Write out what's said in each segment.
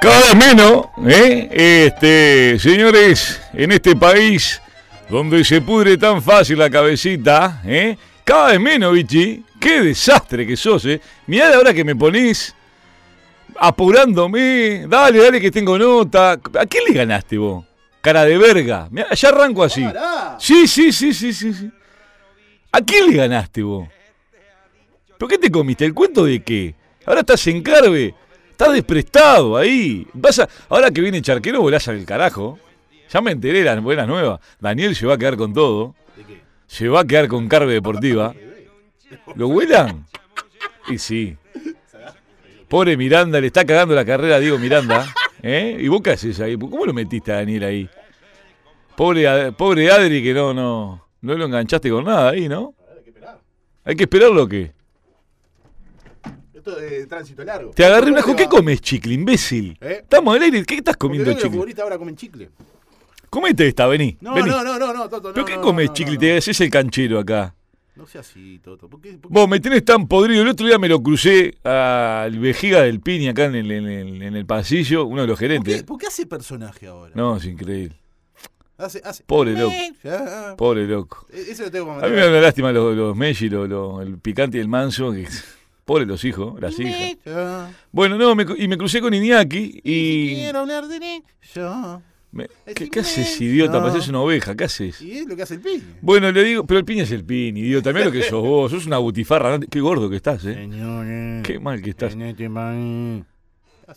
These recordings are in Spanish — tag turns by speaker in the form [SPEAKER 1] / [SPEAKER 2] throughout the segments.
[SPEAKER 1] Cada menos, ¿eh? Este, señores, en este país donde se pudre tan fácil la cabecita, ¿eh? Cada vez menos, bichi. Qué desastre que sos, ¿eh? Mirá la hora que me ponís apurándome. Dale, dale que tengo nota. ¿A quién le ganaste vos? Cara de verga. Mirá, ya arranco así. Sí, sí, sí, sí, sí, sí. ¿A quién le ganaste vos? ¿Por qué te comiste? ¿El cuento de qué? Ahora estás en Carve. Estás desprestado ahí. Vas a- Ahora que viene Charquero, volás al carajo. Ya me enteré las buenas nuevas. Daniel se va a quedar con todo. Se va a quedar con Carve Deportiva. ¿Lo vuelan? Y sí. Pobre Miranda, le está cagando la carrera a Diego Miranda. ¿Eh? ¿Y vos qué haces ahí? ¿Cómo lo metiste a Daniel ahí? Pobre, Ad- pobre Adri que no, no, no lo enganchaste con nada ahí, ¿no? Hay que esperar lo que.
[SPEAKER 2] Esto de tránsito largo.
[SPEAKER 1] Te agarré un ajo. ¿Qué comes, chicle, imbécil?
[SPEAKER 2] ¿Eh?
[SPEAKER 1] Estamos al aire. ¿Qué estás
[SPEAKER 2] Porque
[SPEAKER 1] comiendo,
[SPEAKER 2] creo que los
[SPEAKER 1] chicle?
[SPEAKER 2] futbolistas ahora comen chicle.
[SPEAKER 1] Comete esta, vení.
[SPEAKER 2] No,
[SPEAKER 1] vení.
[SPEAKER 2] no, no, no, no, Toto, no.
[SPEAKER 1] ¿Pero qué
[SPEAKER 2] no,
[SPEAKER 1] comes,
[SPEAKER 2] no, no,
[SPEAKER 1] chicle?
[SPEAKER 2] no.
[SPEAKER 1] Te haces el canchero acá.
[SPEAKER 2] No sea así, Toto. ¿Por qué? por qué?
[SPEAKER 1] Vos me tenés tan podrido. El otro día me lo crucé al vejiga del Pini acá en el, en el- en el pasillo, uno de los
[SPEAKER 2] ¿Por qué,
[SPEAKER 1] gerentes.
[SPEAKER 2] por qué hace personaje ahora?
[SPEAKER 1] No, es increíble.
[SPEAKER 2] Hace, hace.
[SPEAKER 1] Pobre loco,
[SPEAKER 2] Ya,
[SPEAKER 1] pobre loco.
[SPEAKER 2] e- ese lo tengo que
[SPEAKER 1] A mí me da una lástima los, los Messi, los- los- el picante y el manso. Que, pobre los hijos, las hijas.
[SPEAKER 2] Ya.
[SPEAKER 1] Bueno, no, me cu- y me crucé con Iñaki y...
[SPEAKER 2] Quiero hablar de mí. Ya.
[SPEAKER 1] me- ¿qué, qué haces, idiota?
[SPEAKER 2] No.
[SPEAKER 1] Pareces una oveja, ¿qué haces?
[SPEAKER 2] Y es lo que hace el piña.
[SPEAKER 1] Bueno, le digo, pero el Pini es el Pini, idiota. También lo que sos vos, sos una butifarra. Qué gordo que estás, ¿eh?
[SPEAKER 2] Señores.
[SPEAKER 1] Qué mal que estás.
[SPEAKER 2] en este país.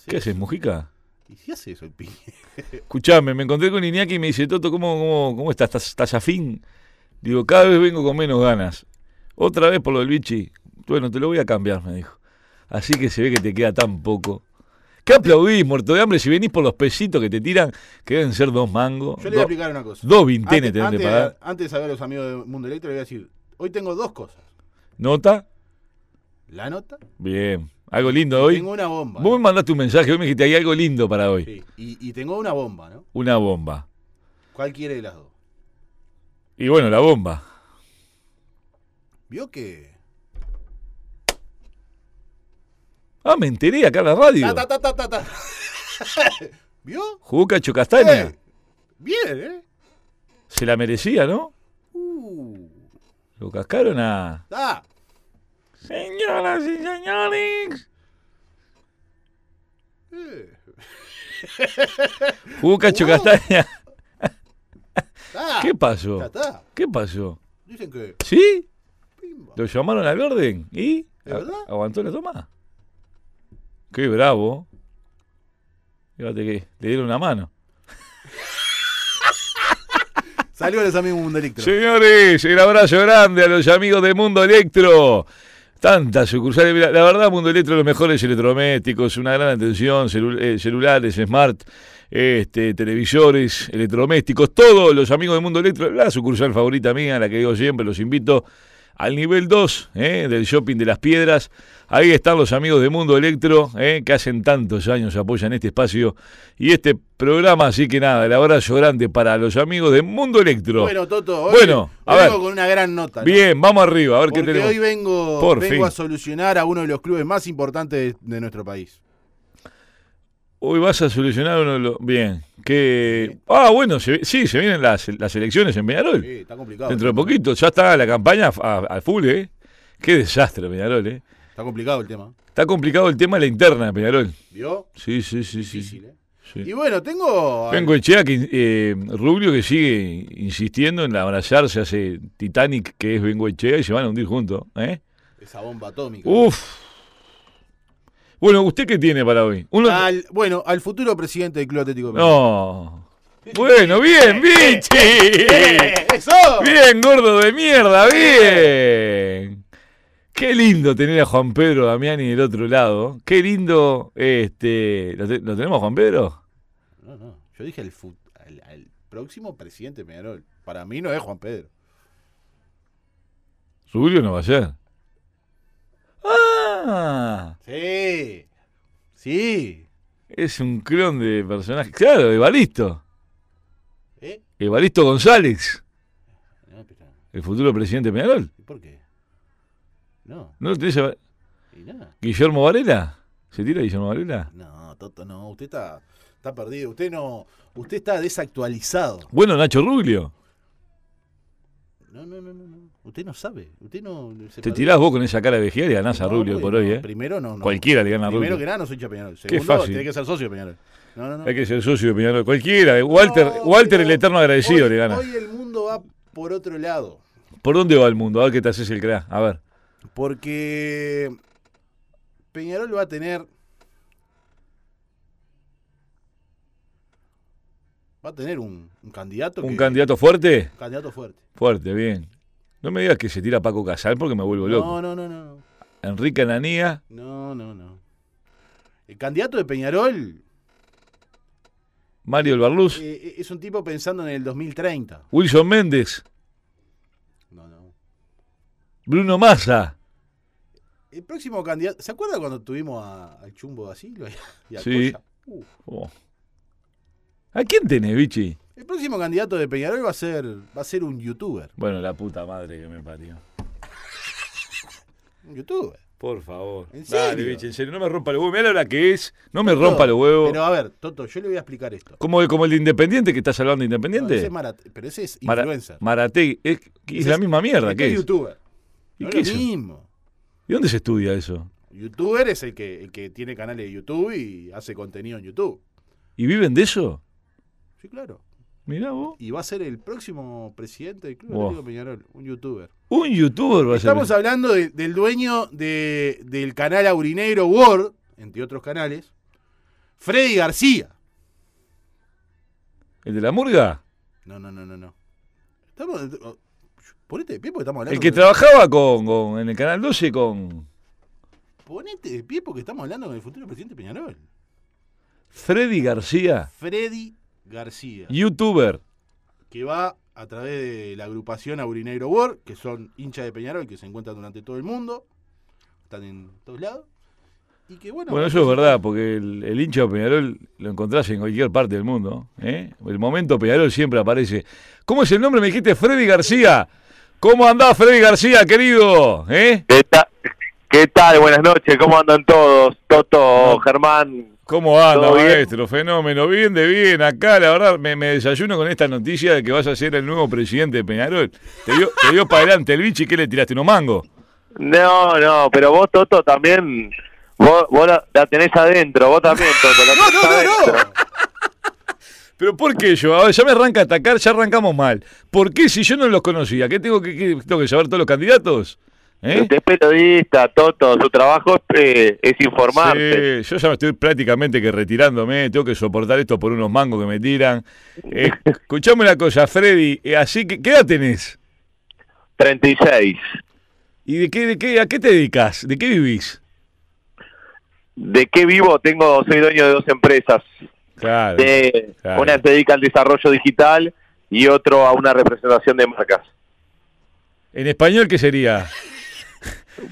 [SPEAKER 1] ¿Qué haces, Mujica?
[SPEAKER 2] ¿Y si hace eso el piña?
[SPEAKER 1] Escuchame, me encontré con Iñaki y me dice, Toto, ¿cómo, cómo, cómo estás? ¿Estás, estás afín? Digo, cada vez vengo con menos ganas. Otra vez por lo del bichi. Bueno, te lo voy a cambiar, me dijo. Así que se ve que te queda tan poco. ¿Qué aplaudís, muerto de hambre? Si venís por los pesitos que te tiran, que deben ser dos mangos.
[SPEAKER 2] Yo le voy a
[SPEAKER 1] do-
[SPEAKER 2] explicar una cosa.
[SPEAKER 1] dos vintenes te deben
[SPEAKER 2] antes,
[SPEAKER 1] de pagar.
[SPEAKER 2] antes de saber a los amigos de Mundo Electro, le voy a decir: Hoy tengo dos cosas.
[SPEAKER 1] ¿Nota?
[SPEAKER 2] La nota.
[SPEAKER 1] Bien. ¿Algo lindo
[SPEAKER 2] y
[SPEAKER 1] hoy?
[SPEAKER 2] Tengo una bomba.
[SPEAKER 1] Vos me mandaste un mensaje, hoy me dijiste, hay algo lindo para hoy.
[SPEAKER 2] Sí, Y, y tengo una bomba, ¿no?
[SPEAKER 1] Una bomba.
[SPEAKER 2] ¿Cuál quiere de las dos?
[SPEAKER 1] Y bueno, la bomba.
[SPEAKER 2] ¿Vio que?
[SPEAKER 1] Ah, me enteré acá en la radio.
[SPEAKER 2] Ta, ta, ta, ta, ta, ta. ¿Vio?
[SPEAKER 1] Juca Chocastaña.
[SPEAKER 2] Eh, Bien, ¿eh?
[SPEAKER 1] Se la merecía, ¿no?
[SPEAKER 2] Uh,
[SPEAKER 1] Lo cascaron a.
[SPEAKER 2] ta.
[SPEAKER 1] Señoras y señores.
[SPEAKER 2] Eh, Uh.
[SPEAKER 1] Juca Chocastaña.
[SPEAKER 2] ta.
[SPEAKER 1] ¿Qué
[SPEAKER 2] Ya
[SPEAKER 1] pasó?
[SPEAKER 2] está.
[SPEAKER 1] ¿Qué pasó?
[SPEAKER 2] Dicen que.
[SPEAKER 1] ¿Sí?
[SPEAKER 2] Pimba.
[SPEAKER 1] Lo llamaron al orden y.
[SPEAKER 2] ¿Es verdad?
[SPEAKER 1] ¿Aguantó la toma? Qué bravo. Fíjate que le dieron una mano.
[SPEAKER 2] Salió los amigos Mundo Electro.
[SPEAKER 1] Señores, el abrazo grande a los amigos de Mundo Electro. Tantas sucursales. Mira, La verdad, Mundo Electro, los mejores electrodomésticos, una gran atención, celu- eh, celulares, smart, este, televisores, electrodomésticos, todos los amigos de Mundo Electro, la sucursal favorita mía, la que digo siempre, los invito al nivel 2 ¿eh? del shopping de las piedras. Ahí están los amigos de Mundo Electro, ¿eh? que hacen tantos años apoyan este espacio y este programa. Así que nada, el abrazo grande para los amigos de Mundo Electro.
[SPEAKER 2] Bueno, Toto, hoy,
[SPEAKER 1] Bueno, a
[SPEAKER 2] hoy vengo
[SPEAKER 1] ver.
[SPEAKER 2] con una gran nota. ¿no?
[SPEAKER 1] Bien, vamos arriba, a ver qué
[SPEAKER 2] Porque
[SPEAKER 1] tenemos.
[SPEAKER 2] hoy vengo,
[SPEAKER 1] Por
[SPEAKER 2] vengo
[SPEAKER 1] fin.
[SPEAKER 2] a solucionar a uno de los clubes más importantes de, de nuestro país.
[SPEAKER 1] Hoy vas a solucionar uno de los. Bien. Que... Ah, bueno, se... sí, se vienen las, las elecciones en Peñarol.
[SPEAKER 2] Sí, está complicado. ¿eh?
[SPEAKER 1] Dentro de poquito, ya está la campaña a- al full, ¿eh? Qué desastre, Peñarol, ¿eh?
[SPEAKER 2] Está complicado el tema.
[SPEAKER 1] Está complicado el tema de la interna de Peñarol.
[SPEAKER 2] ¿Vio?
[SPEAKER 1] Sí, sí, sí, sí.
[SPEAKER 2] Difícil, ¿eh?
[SPEAKER 1] sí.
[SPEAKER 2] Y bueno, tengo.
[SPEAKER 1] Tengo Echea que, eh, Rubio que sigue insistiendo en abrazarse hace Titanic que es Bengoechea y se van a hundir juntos. ¿eh?
[SPEAKER 2] Esa bomba atómica.
[SPEAKER 1] Uf. Bueno, ¿usted qué tiene para hoy? Uno,
[SPEAKER 2] Al- bueno, al futuro presidente del Club Atlético. de Peñarol.
[SPEAKER 1] No. Bueno, bien, bichi.
[SPEAKER 2] ¡Eh, ¡Eso!
[SPEAKER 1] Bien, gordo de mierda, bien. Qué lindo tener a Juan Pedro Damiani del otro lado. Qué lindo, este, ¿lo, te- lo tenemos a Juan Pedro?
[SPEAKER 2] No, no. Yo dije al, fut- al- al próximo presidente de Peñarol. Para mí no es Juan Pedro.
[SPEAKER 1] Rubio no va a ser. Ah,
[SPEAKER 2] Sí. Sí.
[SPEAKER 1] es un clon de personaje. Claro, Evaristo.
[SPEAKER 2] ¿Eh?
[SPEAKER 1] Evaristo González,
[SPEAKER 2] No, pero,
[SPEAKER 1] el futuro presidente de Peñarol.
[SPEAKER 2] ¿y por qué? No,
[SPEAKER 1] ¿No lo tenés a
[SPEAKER 2] y nada.
[SPEAKER 1] Guillermo Varela? ¿Se tira Guillermo Varela?
[SPEAKER 2] No, Toto, no. Usted está, está perdido. Usted no. Usted está desactualizado.
[SPEAKER 1] Bueno, Nacho Ruglio.
[SPEAKER 2] No, no, no, no. no. Usted no sabe. Usted no. se
[SPEAKER 1] Te
[SPEAKER 2] perdió.
[SPEAKER 1] tirás vos con esa cara de vejiga y ganás a
[SPEAKER 2] No,
[SPEAKER 1] Ruglio
[SPEAKER 2] no,
[SPEAKER 1] por
[SPEAKER 2] no,
[SPEAKER 1] hoy, ¿eh?
[SPEAKER 2] Primero no. no.
[SPEAKER 1] Cualquiera le gana a
[SPEAKER 2] Primero
[SPEAKER 1] Ruglio.
[SPEAKER 2] que nada, no soy hincha de Peñarol.
[SPEAKER 1] Qué
[SPEAKER 2] Segundo,
[SPEAKER 1] fácil.
[SPEAKER 2] tiene que ser socio de Peñarol. No, no, no.
[SPEAKER 1] Hay que ser socio de Peñarol. Cualquiera. eh, Walter,
[SPEAKER 2] No,
[SPEAKER 1] Walter
[SPEAKER 2] pero
[SPEAKER 1] el eterno agradecido
[SPEAKER 2] hoy-
[SPEAKER 1] le gana.
[SPEAKER 2] Hoy el mundo va por otro lado.
[SPEAKER 1] ¿Por dónde va el mundo? A ver qué te haces el crack. A ver.
[SPEAKER 2] Porque Peñarol va a tener. Va a tener un, un candidato.
[SPEAKER 1] ¿Un
[SPEAKER 2] que-
[SPEAKER 1] candidato fuerte?
[SPEAKER 2] un candidato fuerte.
[SPEAKER 1] Fuerte, bien. No me digas que se tira Paco Casal porque me vuelvo loco.
[SPEAKER 2] No, no, no, no.
[SPEAKER 1] Enrique Ananía.
[SPEAKER 2] No, no, no. El candidato de Peñarol
[SPEAKER 1] Mario El Barluz.
[SPEAKER 2] eh, es un tipo pensando en el 2030.
[SPEAKER 1] Wilson Méndez.
[SPEAKER 2] No, no.
[SPEAKER 1] Bruno Massa.
[SPEAKER 2] El próximo candidato. ¿Se acuerda cuando tuvimos a- al chumbo de asilo? y a
[SPEAKER 1] Sí.
[SPEAKER 2] Colla? Uh,
[SPEAKER 1] Oh. ¿A quién tenés, bichi?
[SPEAKER 2] el próximo candidato de Peñarol va a ser, va a ser un youtuber.
[SPEAKER 1] Bueno, la puta madre que me parió.
[SPEAKER 2] Un youtuber.
[SPEAKER 1] Por favor.
[SPEAKER 2] ¿En
[SPEAKER 1] Dale,
[SPEAKER 2] serio?
[SPEAKER 1] bichi, en serio. No me rompa los huevos. Mirá la hora que es. No me rompa los huevos.
[SPEAKER 2] Pero a ver, Toto, yo le voy a explicar esto.
[SPEAKER 1] Como, como el de Independiente que está salvando de
[SPEAKER 2] No, ese
[SPEAKER 1] Independiente.
[SPEAKER 2] es Marat- pero ese es
[SPEAKER 1] Mara-
[SPEAKER 2] influencer.
[SPEAKER 1] Marategui. Es, es
[SPEAKER 2] Ese
[SPEAKER 1] la
[SPEAKER 2] es-
[SPEAKER 1] misma mierda.
[SPEAKER 2] Este
[SPEAKER 1] ¿Qué es?
[SPEAKER 2] youtuber.
[SPEAKER 1] ¿Y
[SPEAKER 2] No
[SPEAKER 1] qué
[SPEAKER 2] es
[SPEAKER 1] es
[SPEAKER 2] lo
[SPEAKER 1] eso?
[SPEAKER 2] mismo.
[SPEAKER 1] ¿Y dónde se estudia eso?
[SPEAKER 2] Youtuber es el que, el que tiene canales de YouTube y hace contenido en YouTube.
[SPEAKER 1] ¿Y viven de eso?
[SPEAKER 2] Sí, claro.
[SPEAKER 1] Mirá vos.
[SPEAKER 2] Y va a ser el próximo presidente del Club
[SPEAKER 1] Wow.
[SPEAKER 2] Atlético Peñarol, un youtuber.
[SPEAKER 1] Un youtuber va a ser.
[SPEAKER 2] Estamos hablando de- del dueño de- del canal Aurinegro World, entre otros canales, Freddy García.
[SPEAKER 1] ¿El de la murga?
[SPEAKER 2] No, no, no, no, no. Estamos. oh, Ponete de pie porque estamos hablando.
[SPEAKER 1] El que
[SPEAKER 2] con-
[SPEAKER 1] trabajaba con, con- en el Canal 12 con
[SPEAKER 2] Ponete de pie porque estamos hablando con el futuro presidente Peñarol.
[SPEAKER 1] Freddy García,
[SPEAKER 2] Freddy García,
[SPEAKER 1] youtuber.
[SPEAKER 2] que va a través de la agrupación Aurinegro World, que son hinchas de Peñarol que se encuentran durante todo el mundo, están en todos lados. Y que bueno.
[SPEAKER 1] Bueno, eso es verdad, porque el, el hincha de Peñarol lo encontrás en cualquier parte del mundo. ¿eh? El momento Peñarol siempre aparece. ¿Cómo es el nombre? Me dijiste Freddy García. ¿Cómo andás, Freddy García, querido? ¿Eh?
[SPEAKER 3] ¿Qué, ta- ¿Qué tal? Buenas noches, ¿cómo andan todos? Toto, Germán.
[SPEAKER 1] ¿Cómo anda,
[SPEAKER 3] ¿Todo bien?
[SPEAKER 1] maestro? Fenómeno. Bien de bien. Acá, la verdad, me, me desayuno con esta noticia de que vas a ser el nuevo presidente de Peñarol. Te dio, te dio para adelante el bichi. ¿Qué le tiraste? ¿Unos mangos?
[SPEAKER 3] No, no, pero vos, Toto, también. Vos, vos la, la tenés adentro, vos también, Toto. La
[SPEAKER 2] No,
[SPEAKER 3] tenés
[SPEAKER 2] no, no,
[SPEAKER 3] adentro.
[SPEAKER 2] no.
[SPEAKER 1] Pero ¿por qué yo? A ver, ya me arranca a atacar, ya arrancamos mal. ¿Por qué si yo no los conocía? ¿Qué tengo que, qué- tengo que saber todos los candidatos? ¿Eh?
[SPEAKER 3] Usted Este es periodista, Toto. Su trabajo es, eh, es informarte.
[SPEAKER 1] Sí, yo ya me estoy prácticamente que retirándome, tengo que soportar esto por unos mangos que me tiran. Eh, escuchame una cosa, Freddy, eh, así que, ¿qué edad tenés?
[SPEAKER 3] 36.
[SPEAKER 1] ¿Y de qué, de qué, a qué te dedicas? ¿De qué vivís?
[SPEAKER 3] ¿De qué vivo? Tengo, soy dueño de dos empresas.
[SPEAKER 1] Claro.
[SPEAKER 3] De-
[SPEAKER 1] Claro.
[SPEAKER 3] Una se dedica al desarrollo digital y otro a una representación de marcas.
[SPEAKER 1] ¿En español qué sería?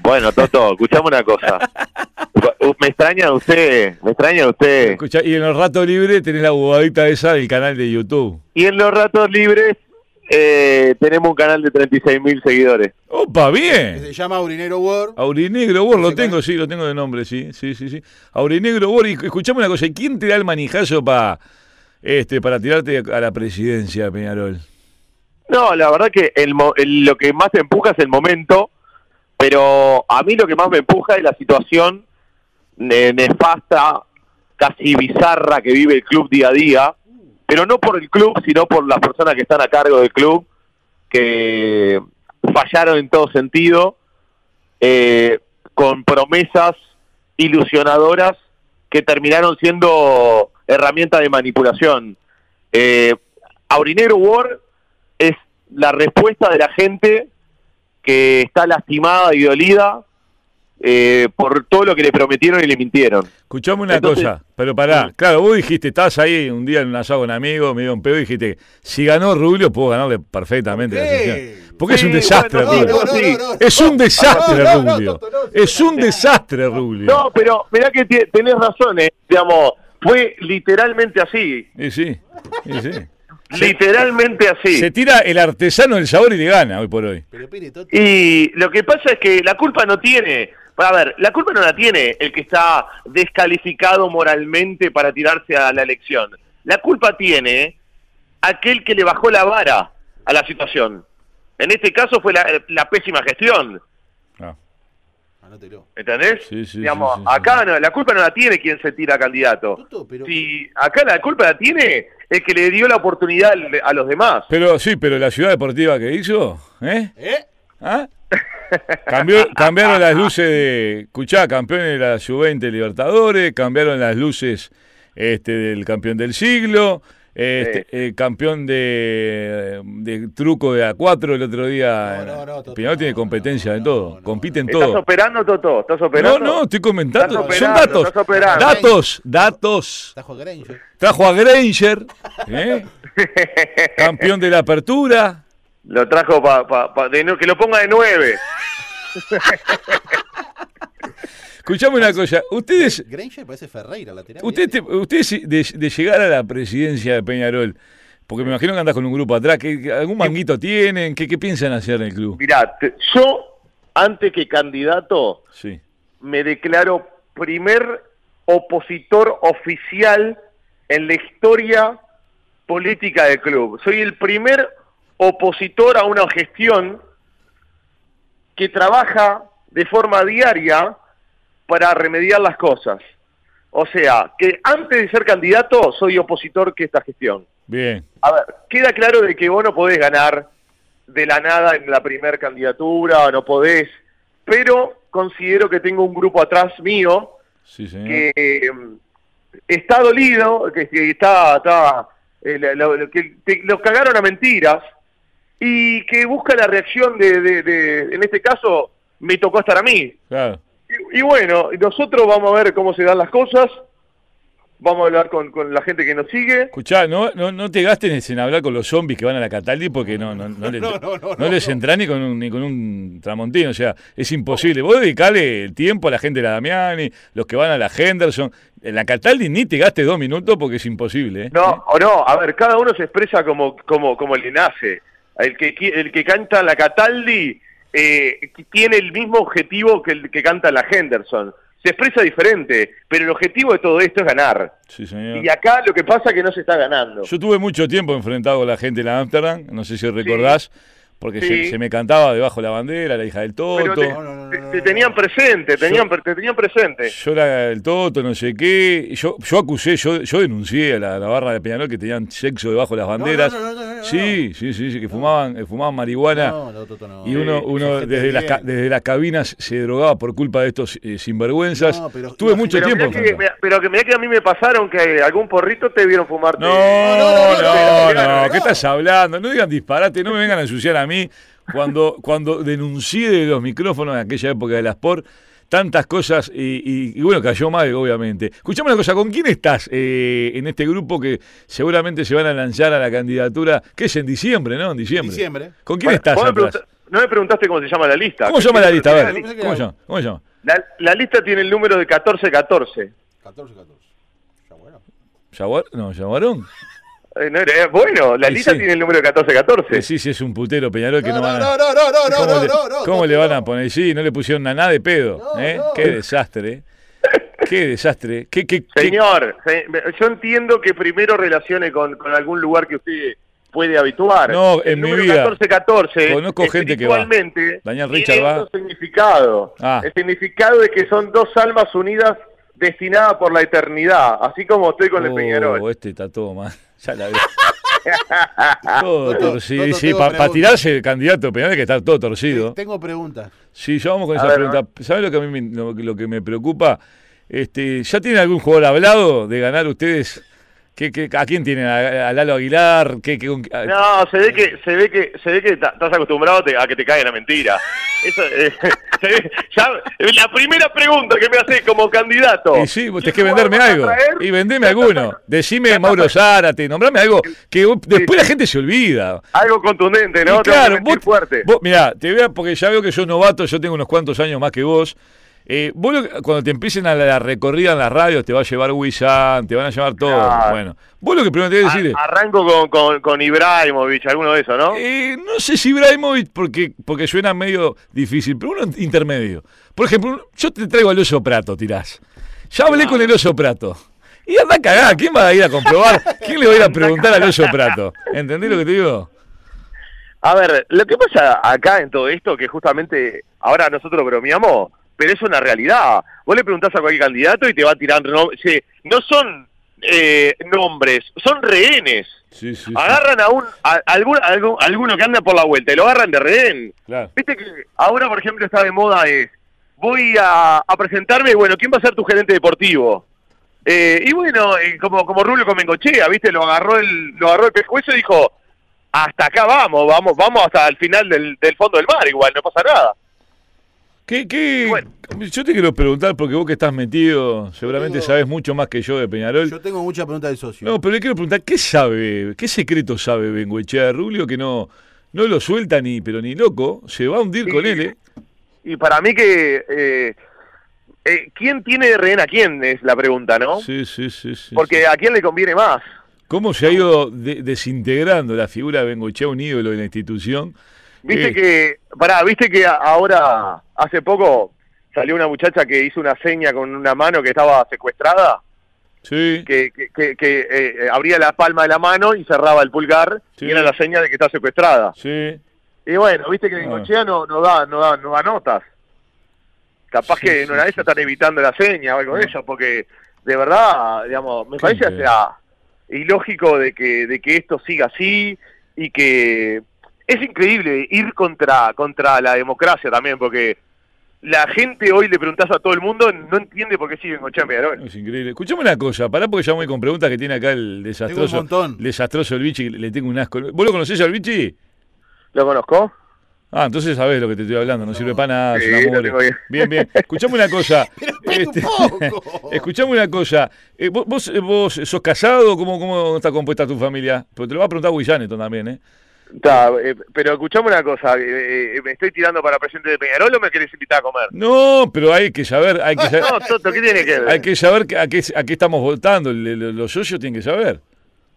[SPEAKER 3] Bueno, Toto, escuchame una cosa. Uh, Me extraña usted, me extraña usted.
[SPEAKER 1] Escuchá, y en los ratos libres tenés la bobadita esa del canal de YouTube.
[SPEAKER 3] Y en los ratos libres eh, tenemos un canal de 36 mil seguidores.
[SPEAKER 1] ¡Opa,
[SPEAKER 2] Que se
[SPEAKER 1] bien!
[SPEAKER 2] llama Aurinegro
[SPEAKER 1] Ah.
[SPEAKER 2] World.
[SPEAKER 1] Aurinegro Bor, lo
[SPEAKER 2] Ese
[SPEAKER 1] tengo,
[SPEAKER 2] canal.
[SPEAKER 1] sí, lo tengo de nombre, sí, sí, sí, sí. Aurinegro Bor, y escuchame una cosa, ¿y quién te da el manijazo para este, para tirarte a la presidencia, Peñarol?
[SPEAKER 3] No, la verdad que el, mo- el- lo que más te empuja es el momento, pero a mí lo que más me empuja es la situación ne- nefasta, casi bizarra que vive el club día a día, pero no por el club, sino por las personas que están a cargo del club, que fallaron en todo sentido, eh, con promesas ilusionadoras que terminaron siendo herramienta de manipulación. Eh, Aurinegro War es la respuesta de la gente que está lastimada y dolida eh, por todo lo que le prometieron y le mintieron.
[SPEAKER 1] Escuchame una
[SPEAKER 3] Entonces-
[SPEAKER 1] cosa, pero pará,
[SPEAKER 3] Sí.
[SPEAKER 1] claro, vos dijiste, estabas ahí un día en un asado con amigos, me dio un pedo y dijiste, si ganó Rubio puedo ganarle perfectamente la
[SPEAKER 2] Sí.
[SPEAKER 1] sesión. Porque es un
[SPEAKER 3] Sí,
[SPEAKER 1] desastre,
[SPEAKER 3] bueno,
[SPEAKER 1] Rubio.
[SPEAKER 3] no, no, no,
[SPEAKER 1] Es un desastre,
[SPEAKER 2] No, no, no,
[SPEAKER 1] Rubio.
[SPEAKER 2] Toto, no, sí,
[SPEAKER 1] Es un desastre,
[SPEAKER 3] No,
[SPEAKER 1] Rubio.
[SPEAKER 3] pero mirá que tie- tenés razón, eh, digamos, fue literalmente así,
[SPEAKER 1] Y sí, y sí.
[SPEAKER 3] literalmente así.
[SPEAKER 1] Se tira el artesano del sabor y le gana hoy por hoy.
[SPEAKER 2] Pero pire, Toto.
[SPEAKER 3] Y lo que pasa es que la culpa no tiene Para ver, la culpa no la tiene el que está descalificado moralmente para tirarse a la elección. La culpa tiene aquel que le bajó la vara a la situación. En este caso fue la, la pésima gestión.
[SPEAKER 1] Ah.
[SPEAKER 2] Anótelo.
[SPEAKER 3] ¿Entendés?
[SPEAKER 1] Sí, sí,
[SPEAKER 3] Digamos,
[SPEAKER 1] sí, sí, sí.
[SPEAKER 3] acá no- la culpa no la tiene quien se tira candidato.
[SPEAKER 2] Toto, pero.
[SPEAKER 3] Si acá la culpa la tiene el que le dio la oportunidad al- a los demás.
[SPEAKER 1] Pero sí, pero la ciudad deportiva que hizo, ¿eh?
[SPEAKER 2] ¿Eh?
[SPEAKER 1] ¿Ah? Cambió- cambiaron las luces de. Escuchá, campeón de la Sub-20 Libertadores, cambiaron las luces este, del campeón del siglo, este,
[SPEAKER 3] Sí.
[SPEAKER 1] eh, campeón de, de truco de A4 el otro día.
[SPEAKER 2] No, no, no, Toto,
[SPEAKER 1] Pinol tiene
[SPEAKER 2] no,
[SPEAKER 1] competencia
[SPEAKER 2] no,
[SPEAKER 1] en
[SPEAKER 2] no,
[SPEAKER 1] todo,
[SPEAKER 2] no,
[SPEAKER 1] compite en
[SPEAKER 3] ¿Estás
[SPEAKER 1] todo.
[SPEAKER 3] operando, Toto? ¿Estás
[SPEAKER 1] No,
[SPEAKER 3] operando?
[SPEAKER 1] no, estoy comentando.
[SPEAKER 3] Estás
[SPEAKER 1] Son
[SPEAKER 3] operando,
[SPEAKER 1] datos.
[SPEAKER 3] estás operando.
[SPEAKER 1] Datos, datos.
[SPEAKER 2] Está Juan Granger.
[SPEAKER 1] Trajo a Granger, ¿eh? campeón de la apertura.
[SPEAKER 3] Lo trajo para que lo ponga de nueve.
[SPEAKER 1] Escuchame una cosa, ustedes
[SPEAKER 2] Granger parece Ferreira, lateral.
[SPEAKER 1] Usted, te- usted si- de, de llegar a la presidencia de Peñarol, porque me imagino que andas con un grupo atrás, que que algún manguito tienen, ¿qué, qué piensan hacer en el club?
[SPEAKER 3] Mirá, te- yo, antes que candidato,
[SPEAKER 1] Sí.
[SPEAKER 3] me declaro primer opositor oficial en la historia política del club. Soy el primer opositor a una gestión que trabaja de forma diaria para remediar las cosas. O sea, que antes de ser candidato soy opositor que esta gestión.
[SPEAKER 1] Bien,
[SPEAKER 3] A ver, queda claro de que vos no podés ganar de la nada en la primera candidatura, no podés, pero considero que tengo un grupo atrás mío
[SPEAKER 1] sí señor.
[SPEAKER 3] que eh, está dolido, que, que está, está eh, la- la- lo que te- los cagaron a mentiras y que busca la reacción de, de- de- en este caso, me tocó estar a mí.
[SPEAKER 1] Claro.
[SPEAKER 3] Y, y bueno, nosotros vamos a ver cómo se dan las cosas, vamos a hablar con, con la gente que nos sigue.
[SPEAKER 1] Escuchá, no, no, no te gastes en hablar con los zombies que van a la Cataldi porque no, no, no, le-
[SPEAKER 2] No, no, no,
[SPEAKER 1] no les
[SPEAKER 2] no.
[SPEAKER 1] entra ni con un, ni con un tramontino, o sea, es imposible. Vos dedicale el tiempo a la gente de la Damiani, los que van a la Henderson. En la Cataldi ni te gastes dos minutos porque es imposible. ¿eh?
[SPEAKER 3] No, o no, a ver, cada uno se expresa como, como, como le nace. El que, qui- el que canta la Cataldi eh, tiene el mismo objetivo que el que canta la Henderson. Se expresa diferente, pero el objetivo de todo esto es ganar.
[SPEAKER 1] Sí, señor.
[SPEAKER 3] Y acá lo que pasa es que no se está ganando.
[SPEAKER 1] Yo tuve mucho tiempo enfrentado con la gente de la Amsterdam, no sé si recordás, porque se-
[SPEAKER 3] Sí.
[SPEAKER 1] se, me cantaba debajo la bandera, la hija del Toto.
[SPEAKER 3] Pero te,
[SPEAKER 2] No, no, no, no,
[SPEAKER 3] te-
[SPEAKER 2] no,
[SPEAKER 3] te
[SPEAKER 2] no.
[SPEAKER 3] tenían presente, tenían, pre- te tenían presente.
[SPEAKER 1] Yo era el Toto, no sé qué. y Yo, yo acusé, yo, yo denuncié a la, la barra de Peñarol que tenían sexo debajo de las banderas.
[SPEAKER 2] no, no, no, no, no,
[SPEAKER 1] sí, sí, sí, sí, que fumaban, eh, fumaban marihuana.
[SPEAKER 2] No, no, Toto, no.
[SPEAKER 1] Y uno,
[SPEAKER 2] Sí,
[SPEAKER 1] uno
[SPEAKER 2] Eh, esa gente
[SPEAKER 1] desde, las, ca-
[SPEAKER 2] bien.
[SPEAKER 1] desde las cabinas se drogaba por culpa de estos eh, sinvergüenzas.
[SPEAKER 2] No, pero
[SPEAKER 1] Tuve
[SPEAKER 2] imagínate-
[SPEAKER 1] mucho
[SPEAKER 3] Pero
[SPEAKER 1] tiempo.
[SPEAKER 3] mirá, que,
[SPEAKER 1] enfrentado.
[SPEAKER 3] mirá- pero que mirá que a mí me pasaron que algún porrito te vieron fumarte.
[SPEAKER 1] No, no,
[SPEAKER 2] no,
[SPEAKER 1] no,
[SPEAKER 2] no, no, no.
[SPEAKER 1] ¿qué estás hablando? No digan disparate, no me vengan a ensuciar a mí. Cuando, cuando denuncié de los micrófonos en aquella época de las POR, tantas cosas, y, y- y bueno, cayó mal, obviamente. Escuchame una cosa, ¿con quién estás eh, en este grupo que seguramente se van a lanzar a la candidatura? que es? En diciembre, ¿no? En diciembre.
[SPEAKER 2] Diciembre.
[SPEAKER 1] ¿Con quién
[SPEAKER 3] Bueno,
[SPEAKER 1] estás?
[SPEAKER 3] vos me
[SPEAKER 1] atrás?
[SPEAKER 3] pregunta- no me preguntaste cómo se llama la lista.
[SPEAKER 1] ¿Cómo se llama la lista? A ver,
[SPEAKER 2] Yo pensé que
[SPEAKER 1] ¿cómo
[SPEAKER 2] era-
[SPEAKER 1] se llama? ¿Cómo se llama?
[SPEAKER 3] La, la lista tiene el número de 1414.
[SPEAKER 2] 14, 14. Ya bueno.
[SPEAKER 1] ¿Yaguar? No, ¿Yaguarón?
[SPEAKER 3] Eh, no era- eh, bueno, la
[SPEAKER 1] Y
[SPEAKER 3] lista
[SPEAKER 1] sí.
[SPEAKER 3] tiene el número 1414.
[SPEAKER 1] Que sí, sí, es un putero Peñarol que no,
[SPEAKER 2] No,
[SPEAKER 1] van a...
[SPEAKER 2] no, no, no, no, no,
[SPEAKER 1] ¿Cómo,
[SPEAKER 2] no,
[SPEAKER 1] le,
[SPEAKER 2] no, no.
[SPEAKER 1] cómo
[SPEAKER 2] Toto,
[SPEAKER 1] le van a
[SPEAKER 2] no.
[SPEAKER 1] poner? Sí, no le pusieron a nada de pedo.
[SPEAKER 2] No,
[SPEAKER 1] ¿eh?
[SPEAKER 2] no.
[SPEAKER 1] Qué desastre. Qué desastre. Qué, qué, qué-
[SPEAKER 3] Señor, se- me- yo entiendo que primero relacione con, con algún lugar que usted puede habituar.
[SPEAKER 1] No, en
[SPEAKER 3] el
[SPEAKER 1] mi
[SPEAKER 3] número
[SPEAKER 1] vida.
[SPEAKER 3] 1414.
[SPEAKER 1] Conozco gente que va.
[SPEAKER 3] espiritualmente,
[SPEAKER 1] Daniel
[SPEAKER 3] tiene
[SPEAKER 1] Richard va.
[SPEAKER 3] otro significado.
[SPEAKER 1] Ah.
[SPEAKER 3] El significado es que son dos almas unidas destinadas por la eternidad, así como estoy con el
[SPEAKER 1] Oh,
[SPEAKER 3] Peñarol.
[SPEAKER 1] este está todo mal. Ya la vi. todo
[SPEAKER 2] Toto,
[SPEAKER 1] torcido.
[SPEAKER 2] Toto,
[SPEAKER 1] Sí,
[SPEAKER 2] tengo
[SPEAKER 1] para
[SPEAKER 2] preguntas.
[SPEAKER 1] tirarse el candidato de Peñarol hay que estar todo
[SPEAKER 2] Te-
[SPEAKER 1] torcido.
[SPEAKER 2] Tengo preguntas.
[SPEAKER 1] Sí, ya vamos con
[SPEAKER 3] A
[SPEAKER 1] esa
[SPEAKER 3] ver,
[SPEAKER 1] pregunta. ¿Sabes lo que a mí me, lo, lo que me preocupa? Este, ¿Ya tienen algún jugador hablado de ganar ustedes? ¿Qué, qué- a quién tienen? ¿A, a Lalo Aguilar? ¿Qué, qué- con- a-
[SPEAKER 3] No, se ve que se ve que se ve que ta- estás acostumbrado te- a que te caigan la mentira. Eso, eh, se ve- ya, la primera pregunta que me haces como candidato.
[SPEAKER 1] Y sí, vos
[SPEAKER 3] ¿qué
[SPEAKER 1] tenés que venderme
[SPEAKER 3] jugador
[SPEAKER 1] algo.
[SPEAKER 3] vas a traer?
[SPEAKER 1] Y vendeme alguno. Decime Mauro Zárate, nombrame algo que vos- después la gente se olvida.
[SPEAKER 3] Algo contundente,
[SPEAKER 1] Y
[SPEAKER 3] ¿no? Tengo que
[SPEAKER 1] claro,
[SPEAKER 3] mentir
[SPEAKER 1] vos,
[SPEAKER 3] fuerte.
[SPEAKER 1] vos- mirá, te veo porque ya veo que sos novato, yo tengo unos cuantos años más que vos. Eh, vos lo que- cuando te empiecen a la, la recorrida en las radios, te va a llevar Wisan, te van a llevar todo.
[SPEAKER 3] Claro. Ah,
[SPEAKER 1] Bueno, vos lo que primero tenés que decir es.
[SPEAKER 3] A- arranco con, con, con Ibrahimovic, alguno de esos, ¿no?
[SPEAKER 1] Eh, no sé si Ibrahimovic, porque, porque suena medio difícil, pero uno intermedio. Por ejemplo, un- yo te traigo al oso Prato, tirás. Ya hablé con el oso Prato. Y anda a cagar, ¿quién va a ir a comprobar? ¿Quién le va a ir a preguntar al oso Prato? ¿Entendés lo que te digo?
[SPEAKER 3] A ver, lo que pasa acá en todo esto, que justamente ahora nosotros bromeamos, pero es una realidad. Vos le preguntás a cualquier candidato y te va tirando nombres. No son eh, nombres, son rehenes.
[SPEAKER 1] Sí, sí.
[SPEAKER 3] Agarran a un a- algún, algún- alguno que anda por la vuelta y lo agarran de rehén.
[SPEAKER 1] Claro.
[SPEAKER 3] Viste que ahora, por ejemplo, está de moda es, voy a, a presentarme, bueno, ¿quién va a ser tu gerente deportivo? Eh, y bueno, eh, como, como Rubio con Mengochea, ¿viste? Lo agarró el, lo agarró el pescuezo y dijo, hasta acá vamos, vamos, vamos hasta el final del, del fondo del mar, igual, no pasa nada.
[SPEAKER 1] ¿Qué, qué-
[SPEAKER 3] Bueno.
[SPEAKER 1] Yo te quiero preguntar, porque vos que estás metido, seguramente
[SPEAKER 2] Yo-
[SPEAKER 1] sabes mucho más que yo de Peñarol.
[SPEAKER 2] Yo tengo mucha pregunta del socio.
[SPEAKER 1] No, pero le quiero preguntar, ¿qué sabe, qué secreto sabe Bengoechea de Rubio que no, no lo suelta ni, pero ni loco? Se va a hundir con
[SPEAKER 3] Sí.
[SPEAKER 1] él, ¿eh?
[SPEAKER 3] Y para mí que, eh, eh, ¿quién tiene de rehén a quién? Es la pregunta, ¿no?
[SPEAKER 1] Sí, sí, sí, sí.
[SPEAKER 3] Porque
[SPEAKER 1] sí.
[SPEAKER 3] ¿a quién le conviene más?
[SPEAKER 1] ¿Cómo se ha ido de- desintegrando la figura de Bengochea, un ídolo de la institución?
[SPEAKER 3] Viste
[SPEAKER 1] Eh,
[SPEAKER 3] que, pará, viste que a- ahora, hace poco, salió una muchacha que hizo una seña con una mano que estaba secuestrada,
[SPEAKER 1] Sí,
[SPEAKER 3] que, que, que- que, eh, eh, abría la palma de la mano y cerraba el pulgar,
[SPEAKER 1] Sí.
[SPEAKER 3] y era la seña de que está secuestrada.
[SPEAKER 1] sí.
[SPEAKER 3] Y bueno, viste que
[SPEAKER 1] Ah.
[SPEAKER 3] Bengochea no, no, da, no, da, no da notas. Capaz
[SPEAKER 1] Sí,
[SPEAKER 3] que en
[SPEAKER 1] sí,
[SPEAKER 3] una
[SPEAKER 1] sí,
[SPEAKER 3] de
[SPEAKER 1] Ah.
[SPEAKER 3] esas están evitando la seña o algo de eso, porque de verdad, digamos, me
[SPEAKER 1] Qué
[SPEAKER 3] parece
[SPEAKER 1] increíble.
[SPEAKER 3] hasta ilógico de que, de que esto siga así y que es increíble ir contra, contra la democracia también, porque la gente hoy le preguntás a todo el mundo, no entiende por qué sigue Bengochea en Peñarol.
[SPEAKER 1] Es increíble. Escuchame una cosa, pará porque ya voy con preguntas que tiene acá el
[SPEAKER 2] tengo un
[SPEAKER 1] desastroso.
[SPEAKER 2] montón.
[SPEAKER 1] Desastroso el bichi, le tengo un asco. ¿Vos lo conocés al bichi?
[SPEAKER 3] ¿Lo conozco?
[SPEAKER 1] Ah, entonces sabés lo que te estoy hablando, no, sirve para nada, es
[SPEAKER 3] Sí,
[SPEAKER 1] una
[SPEAKER 3] lo
[SPEAKER 1] mole.
[SPEAKER 3] tengo bien.
[SPEAKER 1] Bien, bien. Escuchame una cosa.
[SPEAKER 2] Pero espera
[SPEAKER 1] Este-
[SPEAKER 2] un poco.
[SPEAKER 1] Escuchame una cosa. Eh, vos, vos, eh, vos sos casado? ¿Cómo, ¿Cómo está compuesta tu familia? Pero te lo va a preguntar Willaneton también, ¿eh?
[SPEAKER 3] Ta, eh, pero escuchame una cosa, eh, eh, ¿me estoy tirando para presidente de Peñarol o me querés invitar a comer?
[SPEAKER 1] No, pero hay que saber, hay que saber,
[SPEAKER 3] No, Toto, ¿qué tiene que ver?
[SPEAKER 1] hay que saber que- a, qué, a qué estamos votando. Le- le- Los socios tienen que saber.